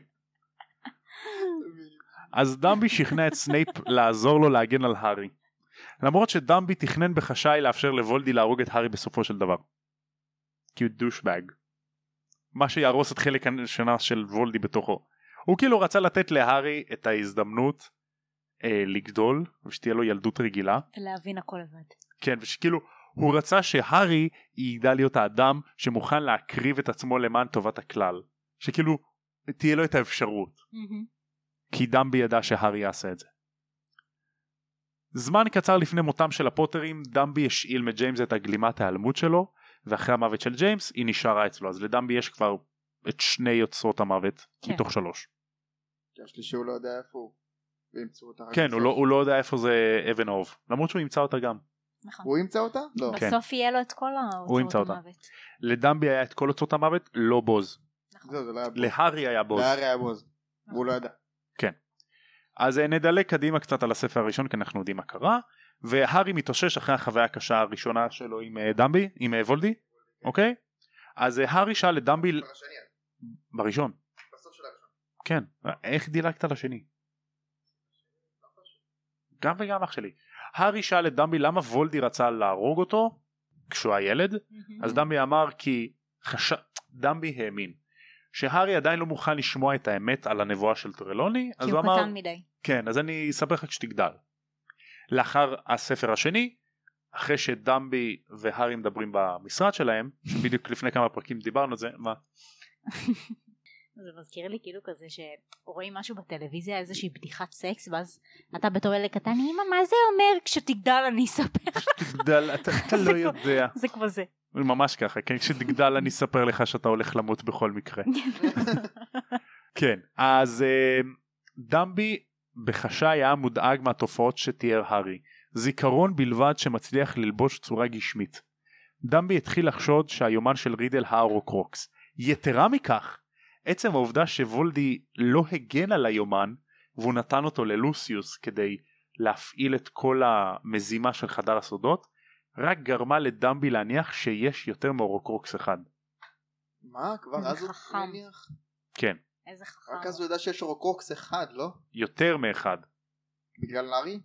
Speaker 1: אז דמבי שכנע את סנייפ לעזור לו להגן על הארי. למרות שדמבי תכנן בחשאי לאפשר לוולדי להרוג את הארי בסופו של דבר. כי הוא דושבג. מה שיהרוס את חלק השנה של וולדי בתוכו. הוא כאילו רצה לתת להארי את ההזדמנות אה, לגדול ושתהיה לו ילדות רגילה.
Speaker 2: להבין הכל לבד.
Speaker 1: כן, ושכאילו הוא רצה שהארי ידע להיות האדם שמוכן להקריב את עצמו למען טובת הכלל. שכאילו תהיה לו את האפשרות. כי דמבי ידע שהארי יעשה את זה. זמן קצר לפני מותם של הפוטרים דמבי השאיל מג'יימס את הגלימת ההיעלמות שלו ואחרי המוות של ג'יימס היא נשארה אצלו אז לדמבי יש כבר את שני יוצרות המוות
Speaker 2: כן.
Speaker 1: מתוך שלוש.
Speaker 3: השלישי הוא לא יודע איפה הוא. וימצאו אותה. רק
Speaker 1: כן הוא
Speaker 3: בסוף.
Speaker 1: לא, הוא לא יודע איפה זה אבן האוב למרות שהוא ימצא אותה גם.
Speaker 2: נכון.
Speaker 3: הוא ימצא אותה? לא.
Speaker 1: כן.
Speaker 2: בסוף יהיה לו את כל
Speaker 1: הוא ימצא
Speaker 2: ההוצאות
Speaker 1: אותה.
Speaker 2: המוות.
Speaker 1: לדמבי היה את כל הוצאות המוות לא בוז.
Speaker 2: נכון.
Speaker 3: זהו, זה לא היה בוז.
Speaker 1: להארי היה בוז.
Speaker 3: זה היה היה בוז. והוא לא ידע.
Speaker 1: אז אה, נדלג קדימה קצת על הספר הראשון כי אנחנו יודעים מה קרה והארי מתאושש אחרי החוויה הקשה הראשונה שלו עם אה, דמבי עם אה, וולדי אוקיי אז אה, הארי שאל את דמבי
Speaker 3: השני,
Speaker 1: בראשון
Speaker 3: בסוף של הראשון.
Speaker 1: כן איך דילגת לשני? גם וגם אח שלי. הארי שאל את דמבי למה וולדי רצה להרוג אותו כשהוא היה ילד
Speaker 2: מהמם.
Speaker 1: אז דמבי אמר כי חש... דמבי האמין שהארי עדיין לא מוכן לשמוע את האמת על הנבואה של טרלוני אז
Speaker 2: כי
Speaker 1: הוא
Speaker 2: הוא
Speaker 1: אמר
Speaker 2: קטן מדי.
Speaker 1: כן אז אני אספר לך כשתגדל. לאחר הספר השני אחרי שדמבי והארי מדברים במשרד שלהם שבדיוק לפני כמה פרקים דיברנו על זה מה
Speaker 2: זה מזכיר לי כאילו כזה שרואים משהו בטלוויזיה איזושהי בדיחת סקס ואז אתה בתור ילד קטן אמא מה זה אומר כשתגדל אני אספר
Speaker 1: תגדל אתה, אתה (laughs)
Speaker 2: זה
Speaker 1: לא
Speaker 2: כל-
Speaker 1: יודע
Speaker 2: זה כמו
Speaker 3: (laughs)
Speaker 2: זה.
Speaker 1: ממש ככה כן כשתגדל אני אספר לך שאתה הולך למות בכל מקרה כן אז אה, דמבי בחשאי היה מודאג מהתופעות שתיאר הארי זיכרון בלבד שמצליח ללבוש צורה גשמית דמבי התחיל לחשוד שהיומן של רידל הארו קרוקס יתרה מכך עצם העובדה שוולדי לא הגן על היומן והוא נתן אותו ללוסיוס כדי להפעיל את כל המזימה של חדר הסודות רק גרמה לדמבי להניח שיש יותר מאורוקרוקס אחד
Speaker 3: מה? כבר
Speaker 2: זה
Speaker 3: אז הוא
Speaker 2: חכם. אה.
Speaker 3: מניח?
Speaker 1: כן
Speaker 2: איזה חכם.
Speaker 3: רק אז הוא ידע שיש רוקוקס אחד, לא?
Speaker 1: יותר מאחד
Speaker 3: בגלל נארי?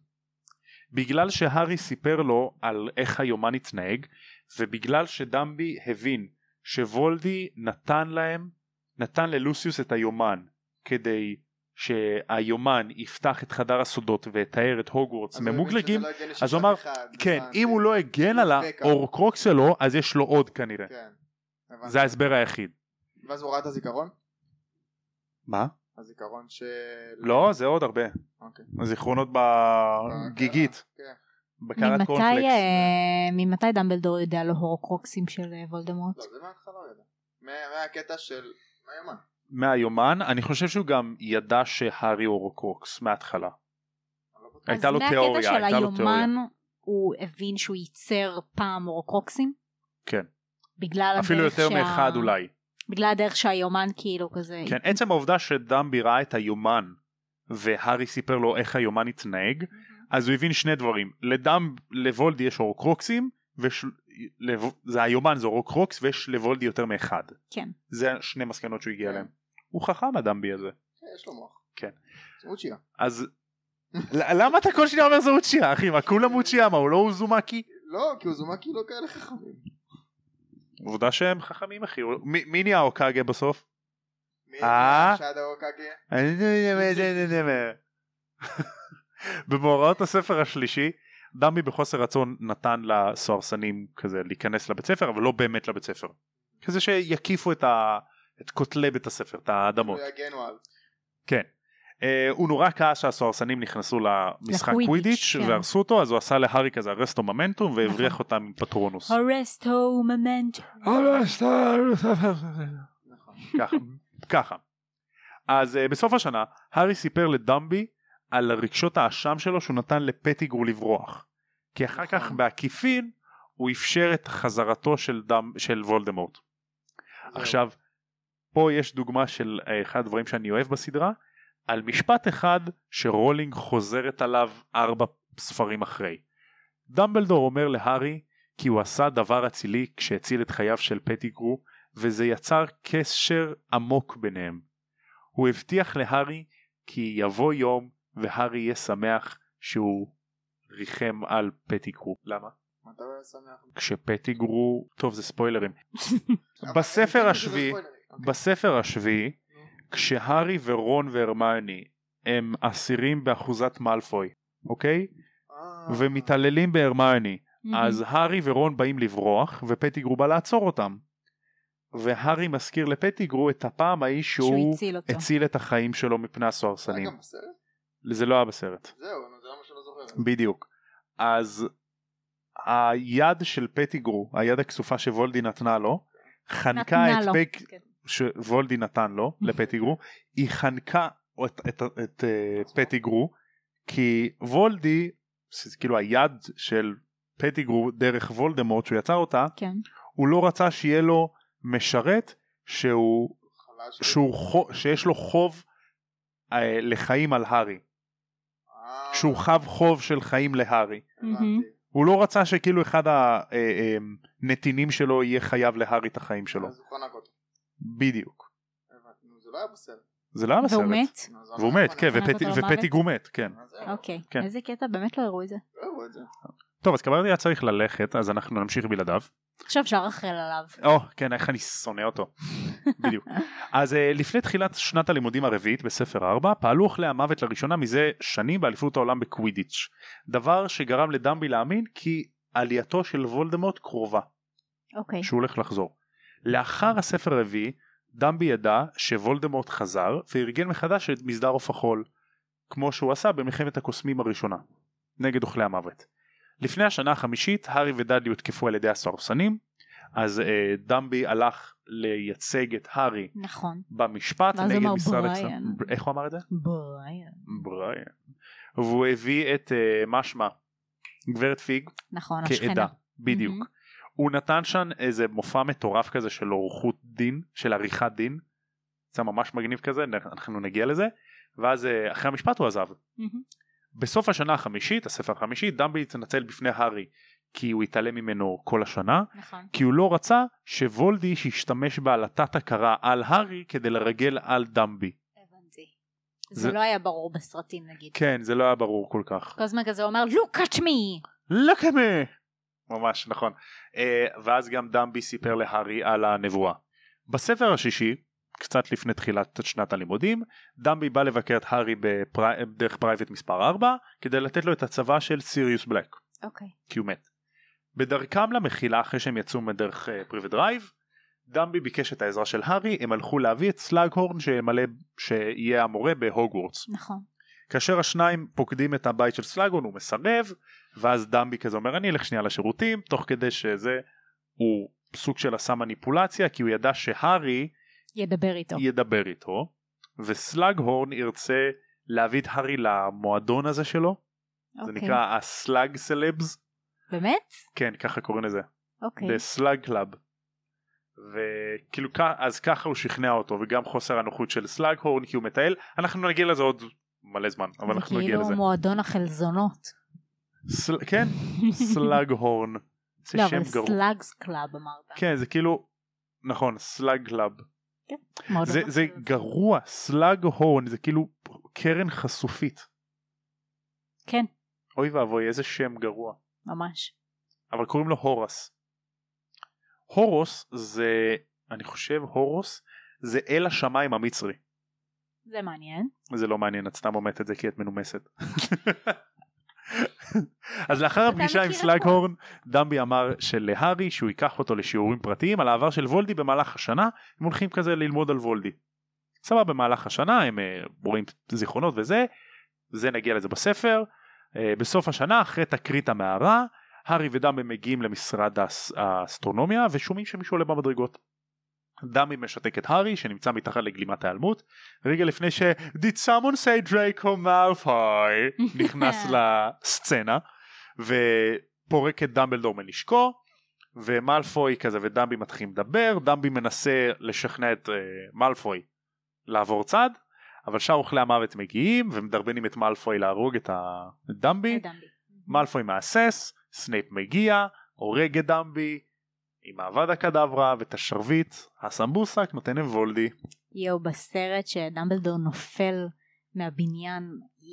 Speaker 1: בגלל שהארי סיפר לו על איך היומן התנהג ובגלל שדמבי הבין שוולדי נתן להם נתן ללוסיוס את היומן כדי שהיומן יפתח את חדר הסודות ויתאר את הוגוורטס
Speaker 3: אז הוא הבין
Speaker 1: ממוגלגים
Speaker 3: שזה לא הגיוני
Speaker 1: אז
Speaker 3: שיש
Speaker 1: הוא
Speaker 3: רק
Speaker 1: אמר,
Speaker 3: אחד,
Speaker 1: כן
Speaker 3: הבנתי.
Speaker 1: אם הוא לא הגן על
Speaker 3: לפני
Speaker 1: האורקרוק שלו אז יש לו עוד כנראה
Speaker 3: כן. הבנתי.
Speaker 1: זה ההסבר היחיד
Speaker 3: ואז הוא ראה את הזיכרון?
Speaker 1: מה?
Speaker 3: הזיכרון של...
Speaker 1: לא זה עוד הרבה
Speaker 3: אוקיי.
Speaker 1: הזיכרונות בגיגית
Speaker 3: כן.
Speaker 1: בקרת
Speaker 2: ממתי
Speaker 1: קורנפלקס
Speaker 2: אה, ממתי דמבלדור יודע על הורוקרוקסים של אה, וולדמורט?
Speaker 3: לא, זה מההתחלה הוא ידע. מה- מהקטע של... מהיומן.
Speaker 1: מהיומן אני חושב שהוא גם ידע שהארי הוא אורקרוקס מההתחלה
Speaker 3: אני לא בטוח.
Speaker 1: הייתה לו תיאוריה,
Speaker 2: אז מהקטע של
Speaker 1: הייתה לו תיאוריה.
Speaker 2: היומן הוא הבין שהוא ייצר פעם הורוקרוקסים?
Speaker 1: כן.
Speaker 2: בגלל
Speaker 1: אפילו
Speaker 2: הדרך
Speaker 1: יותר
Speaker 2: שה-
Speaker 1: מאחד אולי.
Speaker 2: בגלל הדרך שהיומן כאילו כזה.
Speaker 1: כן, עצם העובדה שדמבי ראה את היומן והארי סיפר לו איך היומן התנהג, אז הוא הבין שני דברים. לדם, לוולדי יש אורקרוקסים, וש... לב... זה היומן זה אורקרוקס ויש לוולדי יותר מאחד.
Speaker 2: כן.
Speaker 1: זה שני מסקנות שהוא הגיע
Speaker 3: כן.
Speaker 1: אליהם. הוא חכם הדמבי הזה.
Speaker 3: כן, יש לו מוח.
Speaker 1: כן.
Speaker 3: זה מוצ'יה.
Speaker 1: אז ל- למה אתה כל שניה אומר זה אוצ'יה אחי? מה כולם אוצ'יה? מה הוא לא אוזומקי?
Speaker 3: לא, כי הוא זומה כי לא כאלה חכמים.
Speaker 1: עובדה שהם חכמים אחי. הוא- מי מי נהיה אוקאגה בסוף?
Speaker 3: מי
Speaker 1: אה?
Speaker 3: שעד האוקאגה?
Speaker 1: במאורעות הספר השלישי דמבי בחוסר רצון נתן לסוהרסנים כזה להיכנס לבית ספר אבל לא באמת לבית ספר כזה שיקיפו את, ה... את כותלי בית הספר את האדמות
Speaker 3: ויגנו על.
Speaker 1: כן אה, הוא נורא כעס שהסוהרסנים נכנסו למשחק
Speaker 2: לקווידיץ',
Speaker 1: קווידיץ'
Speaker 2: כן.
Speaker 1: והרסו אותו אז הוא עשה להארי כזה ארסטו ממנטום והבריח
Speaker 2: נכון.
Speaker 1: אותם עם פטרונוס
Speaker 2: הרסטו ממנט.
Speaker 3: נכון.
Speaker 1: ככה, ככה. אז uh, בסוף השנה הארי סיפר לדמבי על רגשות האשם שלו שהוא נתן לפטיגרו לברוח. כי אחר כך
Speaker 3: נכון.
Speaker 1: בעקיפין הוא אפשר את חזרתו של, דם, של וולדמורט.
Speaker 3: זהו.
Speaker 1: עכשיו פה יש דוגמה של אה, אחד הדברים שאני אוהב בסדרה על משפט אחד שרולינג חוזרת עליו ארבע ספרים אחרי. דמבלדור אומר להארי כי הוא עשה דבר אצילי כשהציל את חייו של פטיגרו וזה יצר קשר עמוק ביניהם. הוא הבטיח להארי כי יבוא יום והארי יהיה שמח שהוא ריחם על פטיגרו. למה?
Speaker 3: מתי הוא היה שמח?
Speaker 1: כשפטיגרו, טוב זה ספוילרים,
Speaker 3: אוקיי,
Speaker 1: בספר השביעי- בספר השביעי כשהארי ורון והרמיוני הם אסירים באחוזת מאלפוי, אוקיי?
Speaker 3: אה. ומתעלם.
Speaker 1: ומתעללים בהרמיוני. אז הארי ורון באים לברוח ופטיגרו בא לעצור אותם. והארי מזכיר לפטיגרו את הפעם ההיא
Speaker 2: שהוא
Speaker 1: שהוא
Speaker 2: הציל אותו.
Speaker 1: הציל את החיים שלו מפני הסוהרסנים. זה לא היה בסרט.
Speaker 3: אה, זהו, נו, זה למה שלא זוכר.
Speaker 1: בדיוק. אז היד של פטיגרו, היד הכסופה שוולדי נתנה לו, חנקה
Speaker 2: נתנה
Speaker 1: את
Speaker 2: לו.
Speaker 1: פק...
Speaker 2: כן.
Speaker 1: שוולדי נתן לו, לפטיגרו, היא חנקה את, את, את אה, פטיגרו, כי וולדי, שזה כאילו היד של פטיגרו דרך וולדמורט שהוא יצר אותה,
Speaker 2: כן.
Speaker 1: הוא לא רצה שיהיה לו משרת שהוא,
Speaker 3: חלש.
Speaker 1: שהוא חו, שיש לו חוב אה, לחיים על הארי,
Speaker 3: אה,
Speaker 1: שהוא חב חוב של חיים להארי.
Speaker 3: הבנתי.
Speaker 1: הוא לא רצה שכאילו אחד הנתינים שלו יהיה חייב להארי את החיים שלו.
Speaker 3: אז הוא חנק אותו.
Speaker 1: בדיוק.
Speaker 3: הבנתי. נו, זה לא היה בסרט.
Speaker 1: זה לא היה בסרט.
Speaker 2: והוא מת?
Speaker 3: נו, זה
Speaker 1: והוא
Speaker 3: לא
Speaker 1: מת,
Speaker 3: חנק.
Speaker 1: כן,
Speaker 2: חנק
Speaker 1: ופטי-
Speaker 2: אותו למוות?
Speaker 1: ופטיגרו מת, כן.
Speaker 3: אז זהו,
Speaker 2: אוקיי.
Speaker 1: כן.
Speaker 2: איזה קטע, באמת לא הראו את זה.
Speaker 3: לא הראו את זה.
Speaker 1: טוב, אז קברניט היה צריך ללכת, אז אנחנו נמשיך בלעדיו.
Speaker 2: עכשיו אפשר רחל עליו.
Speaker 1: או, כן, איך אני שונא אותו. בדיוק. אז אה, לפני תחילת שנת הלימודים הרביעית בספר 4, פעלו אוכלי המוות לראשונה מזה שנים באליפות העולם בקווידיץ'. דבר שגרם לדמבי להאמין כי עלייתו של וולדמורט קרובה.
Speaker 2: אוקיי.
Speaker 1: שהוא הולך לחזור. לאחר הספר הרביעי, דמבי ידע שוולדמורט חזר וארגן מחדש את מסדר עוף החול, כמו שהוא עשה במלחמת הקוסמים הראשונה, נגד אוכלי המוות. לפני השנה החמישית, הארי ודאדלי הותקפו על ידי הסוהרסנים, אז אה, דמבי הלך לייצג את הארי
Speaker 2: נכון.
Speaker 1: במשפט
Speaker 2: ואז
Speaker 1: נגד
Speaker 2: אמר
Speaker 1: משרד
Speaker 2: בריאן.
Speaker 1: הקסמים. איך הוא אמר את זה?
Speaker 2: בריאן.
Speaker 1: בריאן. והוא הביא את אה, משמע, גברת פיג,
Speaker 2: נכון, השכנה.
Speaker 1: כעדה, בדיוק.
Speaker 2: מהמם.
Speaker 1: הוא נתן שם איזה מופע מטורף כזה של אורחות דין, של עריכת דין. זה ממש מגניב כזה, נ- אנחנו נגיע לזה. ואז אה, אחרי המשפט הוא עזב.
Speaker 2: מהמם.
Speaker 1: בסוף השנה החמישית, הספר החמישי, דמבי התנצל בפני הארי כי הוא התעלם ממנו כל השנה,
Speaker 2: נכון.
Speaker 1: כי הוא לא רצה שוולדי שישתמש בעלטת הכרה על הארי כדי לרגל על דמבי.
Speaker 2: הבנתי. זה
Speaker 1: זה-
Speaker 2: לא היה ברור בסרטים נגיד.
Speaker 1: כן, זה לא היה ברור כל כך.
Speaker 2: כל הזמן כזה הוא אומר look at me.
Speaker 1: look at me! ממש נכון. אה, ואז גם דמבי סיפר להארי על הנבואה. בספר השישי, קצת לפני תחילת שנת הלימודים, דמבי בא לבקר את הארי בפר... דרך פרייבט מספר 4 כדי לתת לו את הצבא של סיריוס בלק,
Speaker 2: אוקיי.
Speaker 1: כי הוא מת. בדרכם למחילה אחרי שהם יצאו מדרך אה, פריבט דרייב, דמבי ביקש את העזרה של הארי, הם הלכו להביא את סלאגהורן שימלא, שיהיה המורה בהוגוורטס.
Speaker 2: נכון.
Speaker 1: כאשר השניים פוקדים את הבית של סלאגון הוא מסרב ואז דמבי כזה אומר אני אלך שנייה לשירותים תוך כדי שזה הוא סוג של עשה מניפולציה כי הוא ידע שהארי
Speaker 2: ידבר איתו.
Speaker 1: ידבר איתו וסלאגהורן ירצה להביא את הארי למועדון הזה שלו זה
Speaker 2: אוקיי.
Speaker 1: נקרא הסלאג סלבס
Speaker 2: באמת?
Speaker 1: כן ככה קוראים לזה
Speaker 2: אוקיי.
Speaker 1: The Slug Club. וכאילו כ- אז ככה הוא שכנע אותו וגם חוסר הנוחות של סלאג הורן כי הוא מטייל אנחנו נגיע לזה עוד מלא זמן אבל אנחנו נגיע
Speaker 2: זה
Speaker 1: לזה.
Speaker 2: כאילו מועדון החלזונות.
Speaker 1: סל... כן סלאג הורן זה
Speaker 2: (laughs) לא,
Speaker 1: שם
Speaker 2: אבל
Speaker 1: גרוע
Speaker 2: סלאגס קלאב אמרת.
Speaker 1: כן זה כאילו נכון סלאג קלאב
Speaker 2: מועדון
Speaker 1: זה, זה
Speaker 2: החלזונות.
Speaker 1: גרוע סלאג הורן זה כאילו קרן חשופית
Speaker 2: כן,
Speaker 1: אוי ואבוי איזה שם גרוע
Speaker 2: ממש.
Speaker 1: אבל קוראים לו הורס הורוס זה אני חושב הורוס זה אל השמיים המצרי
Speaker 2: זה מעניין.
Speaker 1: זה לא מעניין את סתם אומרת את זה כי את מנומסת. אז לאחר
Speaker 2: אתה
Speaker 1: הפגישה עם
Speaker 2: מכיר את כל-
Speaker 1: סלאגהורן דמבי אמר שלהארי שהוא ייקח אותו לשיעורים פרטיים על העבר של וולדי במהלך השנה הם הולכים כזה ללמוד על וולדי. סבבה במהלך השנה הם אה, רואים זיכרונות וזה זה נגיע לזה בספר אה, בסוף השנה אחרי תקרית המערה הארי ודמבי מגיעים למשרד האס- האסטרונומיה ושומעים שמישהו עולה במדרגות. דמי משתק את הארי שנמצא מתחת לגלימת ההיעלמות רגע לפני ש- did someone say דרייקו מאלפוי
Speaker 2: (laughs)
Speaker 1: נכנס לסצנה ופורק את דמבלדור מנשקו ומאלפוי כזה ודמבי מתחילים לדבר דמבי מנסה לשכנע את uh, מאלפוי לעבור צד אבל שאר אוכלי המוות מגיעים ומדרבנים את מאלפוי להרוג את ה- את דמבי
Speaker 2: זה דמבי.
Speaker 1: מאלפוי מהסס, סנייפ מגיע, הורג את דמבי, עם הוועדה קדברה ואת השרביט, הסמבוסק נותן לוולדי.
Speaker 2: יואו, בסרט שדמבלדור נופל מהבניין,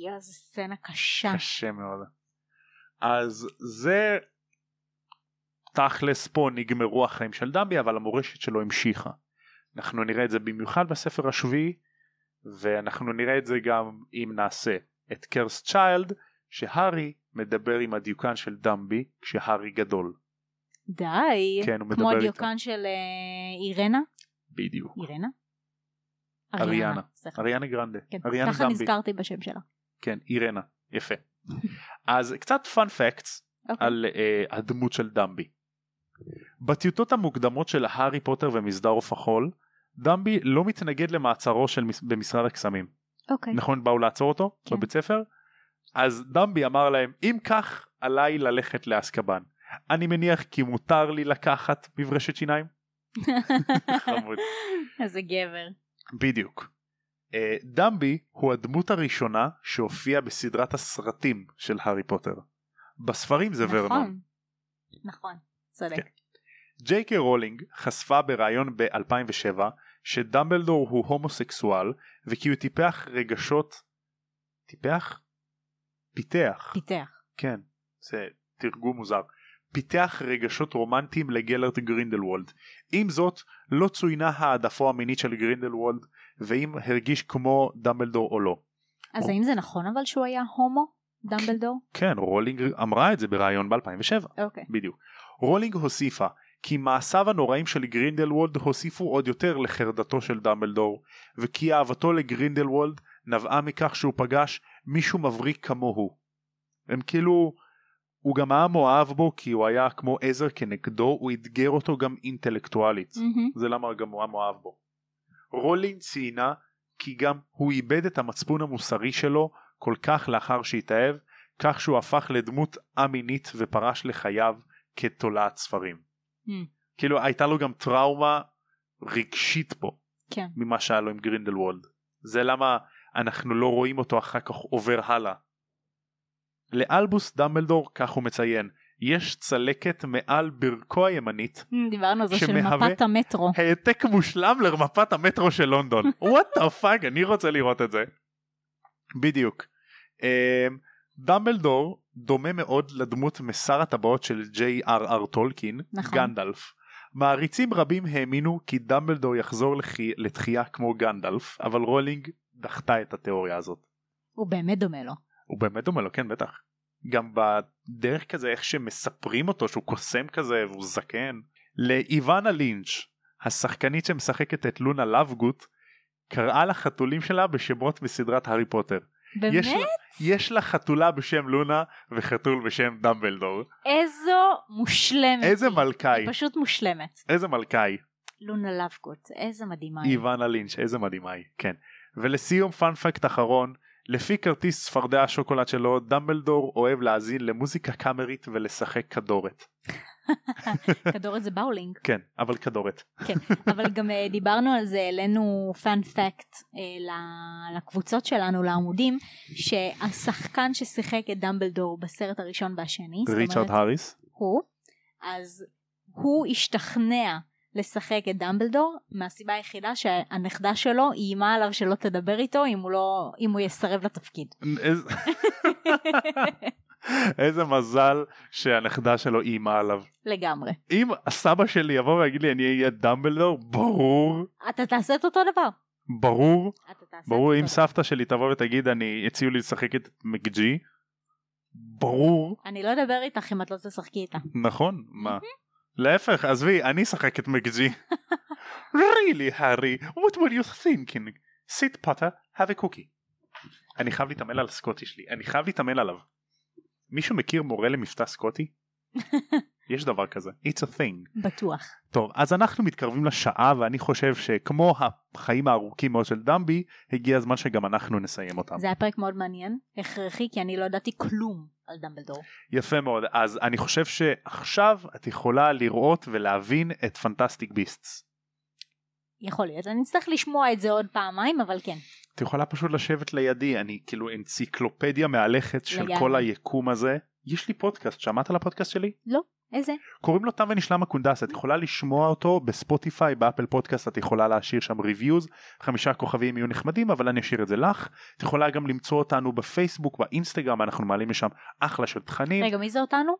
Speaker 2: יואו, איזה סצנה קשה.
Speaker 1: קשה מאוד. אז זה תכלס פה נגמרו החיים של דמבי אבל המורשת שלו המשיכה. אנחנו נראה את זה במיוחד בספר השביעי ואנחנו נראה את זה גם אם נעשה את קרס צ'יילד שהארי מדבר עם הדיוקן של דמבי כשהארי גדול.
Speaker 2: די.
Speaker 1: כן הוא מדבר
Speaker 2: כמו
Speaker 1: איתו.
Speaker 2: הדיוקן של אה, אירנה.
Speaker 1: בדיוק.
Speaker 2: אירנה?
Speaker 1: אריאנה.
Speaker 2: סליחה.
Speaker 1: אריאנה גרנדה.
Speaker 2: כן,
Speaker 1: אריאנה
Speaker 2: ככה
Speaker 1: דמבי.
Speaker 2: נזכרתי בשם שלה.
Speaker 1: כן אירנה. יפה. אז קצת פאנ פקטס
Speaker 2: אוקיי.
Speaker 1: על uh, הדמות של דמבי. בטיוטות המוקדמות של הארי פוטר ומסדר עוף החול, דמבי לא מתנגד למעצרו של מס... במשרד הקסמים.
Speaker 2: אוקיי.
Speaker 1: נכון באו לעצור אותו
Speaker 2: כן.
Speaker 1: בבית ספר? אז דמבי אמר להם אם כך עליי ללכת לאסקבן. אני מניח כי מותר לי לקחת מברשת שיניים? (laughs) חמוד.
Speaker 2: (laughs) איזה גבר.
Speaker 1: בדיוק. אה, דמבי הוא הדמות הראשונה שהופיעה בסדרת הסרטים של הארי פוטר. בספרים זה ורנון.
Speaker 2: נכון. נכון. צודק.
Speaker 1: כן. ג'יי קיי רולינג חשפה בריאיון ב-2007 שדמבלדור הוא הומוסקסואל וכי הוא טיפח רגשות... טיפח? פיתח.
Speaker 2: פיתח.
Speaker 1: כן, זה תרגום מוזר. פיתח רגשות רומנטיים לגלרט גרינדלוולד. עם זאת, לא צוינה העדפו המינית של גרינדלוולד, ואם הרגיש כמו דמבלדור או לא.
Speaker 2: אז
Speaker 1: הוא-
Speaker 2: האם זה נכון אבל שהוא היה הומו? דמבלדור?
Speaker 1: כן, רולינג אמרה את זה בריאיון ב-2007.
Speaker 2: אוקיי.
Speaker 1: בדיוק. רולינג הוסיפה כי מעשיו הנוראים של גרינדלוולד הוסיפו עוד יותר לחרדתו של דמבלדור, וכי אהבתו לגרינדלוולד נבעה מכך שהוא פגש מישהו מבריק כמוהו. הם כאילו, הוא גם היה מאוהב בו כי הוא היה כמו עזר כנגדו, הוא אתגר אותו גם אינטלקטואלית.
Speaker 2: מהמם.
Speaker 1: זה למה גם הוא היה מאוהב בו. רולינג ציינה כי גם הוא איבד את המצפון המוסרי שלו כל כך לאחר שהתאהב, כך שהוא הפך לדמות א-מינית ופרש לחייו כתולעת ספרים.
Speaker 2: Mm.
Speaker 1: כאילו הייתה לו גם טראומה רגשית פה
Speaker 2: כן.
Speaker 1: ממה שהיה לו עם גרינדלוולד. זה למה אנחנו לא רואים אותו אחר כך עובר הלאה. לאלבוס דמבלדור, כך הוא מציין, יש צלקת מעל ברכו הימנית
Speaker 2: Mm, דיברנו על זה של
Speaker 1: שמהווה-
Speaker 2: מפת המטרו.
Speaker 1: העתק מושלם למפת המטרו של לונדון. וואט דה פאק, אני רוצה לראות את זה. בדיוק. אמ, דמבלדור דומה מאוד לדמות משר הטבעות של ג'יי אר אר טולקין,
Speaker 2: נכון.
Speaker 1: גנדלף. מעריצים רבים האמינו כי דמבלדור יחזור לחי... לתחייה כמו גנדלף, אבל רולינג דחתה את התיאוריה הזאת.
Speaker 2: (laughs) הוא באמת דומה לו.
Speaker 1: הוא באמת דומה לו, כן בטח. גם בדרך כזה איך שמספרים אותו שהוא קוסם כזה והוא זקן. לאיוונה לינץ', השחקנית שמשחקת את לונה לבגוט, קראה לחתולים שלה בשמות מסדרת הארי פוטר. יש לה,
Speaker 2: באמת?
Speaker 1: יש לה חתולה בשם לונה וחתול בשם דמבלדור.
Speaker 2: איזו מושלמת.
Speaker 1: איזה
Speaker 2: היא.
Speaker 1: מלכאי,
Speaker 2: היא אוקיי. פשוט מושלמת.
Speaker 1: איזה מלכאי.
Speaker 2: לונה לבקוט, איזה מדהימה היא.
Speaker 1: איוונה לינץ', איזה מדהימה היא, כן. ולסיום פאנפקט אחרון, לפי כרטיס צפרדע השוקולד שלו, דמבלדור אוהב להאזין למוזיקה קאמרית ולשחק כדורת.
Speaker 2: כדורת זה באולינג.
Speaker 1: כן, אבל כדורת.
Speaker 2: כן, אבל גם אה, דיברנו על זה, העלינו פאנ פקט לקבוצות שלנו, לעמודים, שהשחקן ששיחק את דמבלדור בסרט הראשון והשני, זאת
Speaker 1: ריצ'רד
Speaker 2: אומרת,
Speaker 1: האריס?
Speaker 2: הוא, אז הוא השתכנע לשחק את דמבלדור מהסיבה היחידה שהנכדה שלו איימה עליו שלא תדבר איתו אם הוא, לא, אם הוא יסרב לתפקיד. (laughs)
Speaker 1: איזה- איזה מזל שהנכדה שלו איימה עליו.
Speaker 2: לגמרי.
Speaker 1: אם הסבא שלי יבוא ויגיד לי אני אהיה דמבלדור, ברור,
Speaker 2: אתה תעשה את אותו דבר.
Speaker 1: ברור,
Speaker 2: אתה תעשה את
Speaker 1: ברור
Speaker 2: אותו
Speaker 1: אם
Speaker 2: דבר.
Speaker 1: סבתא שלי תבוא ותגיד אני, הציעו לי לשחק את מקג'י, ברור.
Speaker 2: אני לא אדבר איתך אם את לא תשחקי איתה.
Speaker 1: נכון, מה? להפך, עזבי, אני אשחק את מקג'י. really, הארי, what were you thinking? sit פוטר, have a cookie. אני חייב להתאמן על הסקוטי שלי, אני חייב להתאמן עליו. מישהו מכיר מורה למבטא סקוטי? יש דבר כזה, it's a thing.
Speaker 2: בטוח.
Speaker 1: טוב, אז אנחנו מתקרבים לשעה ואני חושב שכמו החיים הארוכים מאוד של דמבי, הגיע הזמן שגם אנחנו נסיים אותם.
Speaker 2: זה היה פרק מאוד מעניין, הכרחי, כי אני לא ידעתי כלום על דמבלדור.
Speaker 1: יפה מאוד, אז אני חושב שעכשיו את יכולה לראות ולהבין את פנטסטיק ביסטס.
Speaker 2: יכול להיות, אני אצטרך לשמוע את זה עוד פעמיים, אבל כן.
Speaker 1: את יכולה פשוט לשבת לידי אני כאילו אנציקלופדיה מהלכת של
Speaker 2: לגמרי.
Speaker 1: כל היקום הזה יש לי פודקאסט שמעת על הפודקאסט שלי
Speaker 2: לא. איזה?
Speaker 1: קוראים לו תם ונשלם הקונדס את יכולה לשמוע אותו בספוטיפיי באפל פודקאסט את יכולה להשאיר שם ריוויוז חמישה כוכבים יהיו נחמדים אבל אני אשאיר את זה לך את יכולה גם למצוא אותנו בפייסבוק באינסטגרם אנחנו מעלים משם אחלה של תכנים
Speaker 2: רגע, מי זה אותנו?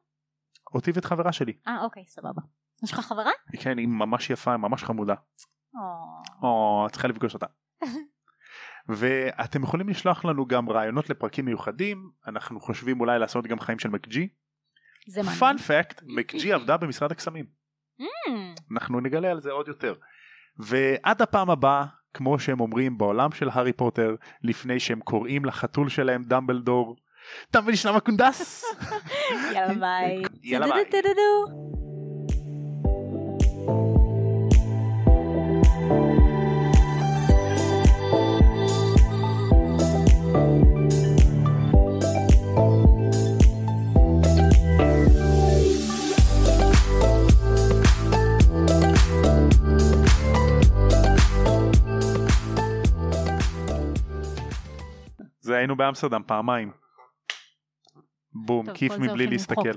Speaker 1: אותי ואת חברה שלי
Speaker 2: אה, אוקיי, סבבה. יש לך חברה?
Speaker 1: כן היא ממש יפה היא ממש חמודה
Speaker 2: או,
Speaker 1: או, את צריכה לפגוש
Speaker 2: (laughs)
Speaker 1: אותה. ואתם יכולים לשלוח לנו גם רעיונות לפרקים מיוחדים, אנחנו חושבים אולי לעשות גם חיים של מקג'י.
Speaker 2: זה מעניין.
Speaker 1: פאנ פאקט, מקג'י עבדה במשרד הקסמים.
Speaker 2: Hmm,
Speaker 1: אנחנו נגלה על זה עוד יותר. ועד הפעם הבאה, כמו שהם אומרים בעולם של הארי פוטר, לפני שהם קוראים לחתול שלהם דמבלדור, תם ונשלם
Speaker 2: (laughs)
Speaker 1: הקונדס!
Speaker 2: Hmm,
Speaker 1: (laughs)
Speaker 2: יאללה ביי.
Speaker 1: יאללה ביי.
Speaker 2: טו-טו-טו-טו-טו.
Speaker 1: זה היינו באמסרדם פעמיים. בום,
Speaker 2: טוב,
Speaker 1: כיף
Speaker 2: כל זה
Speaker 1: מבלי
Speaker 2: הולכים למחוק
Speaker 1: להסתכל.
Speaker 2: את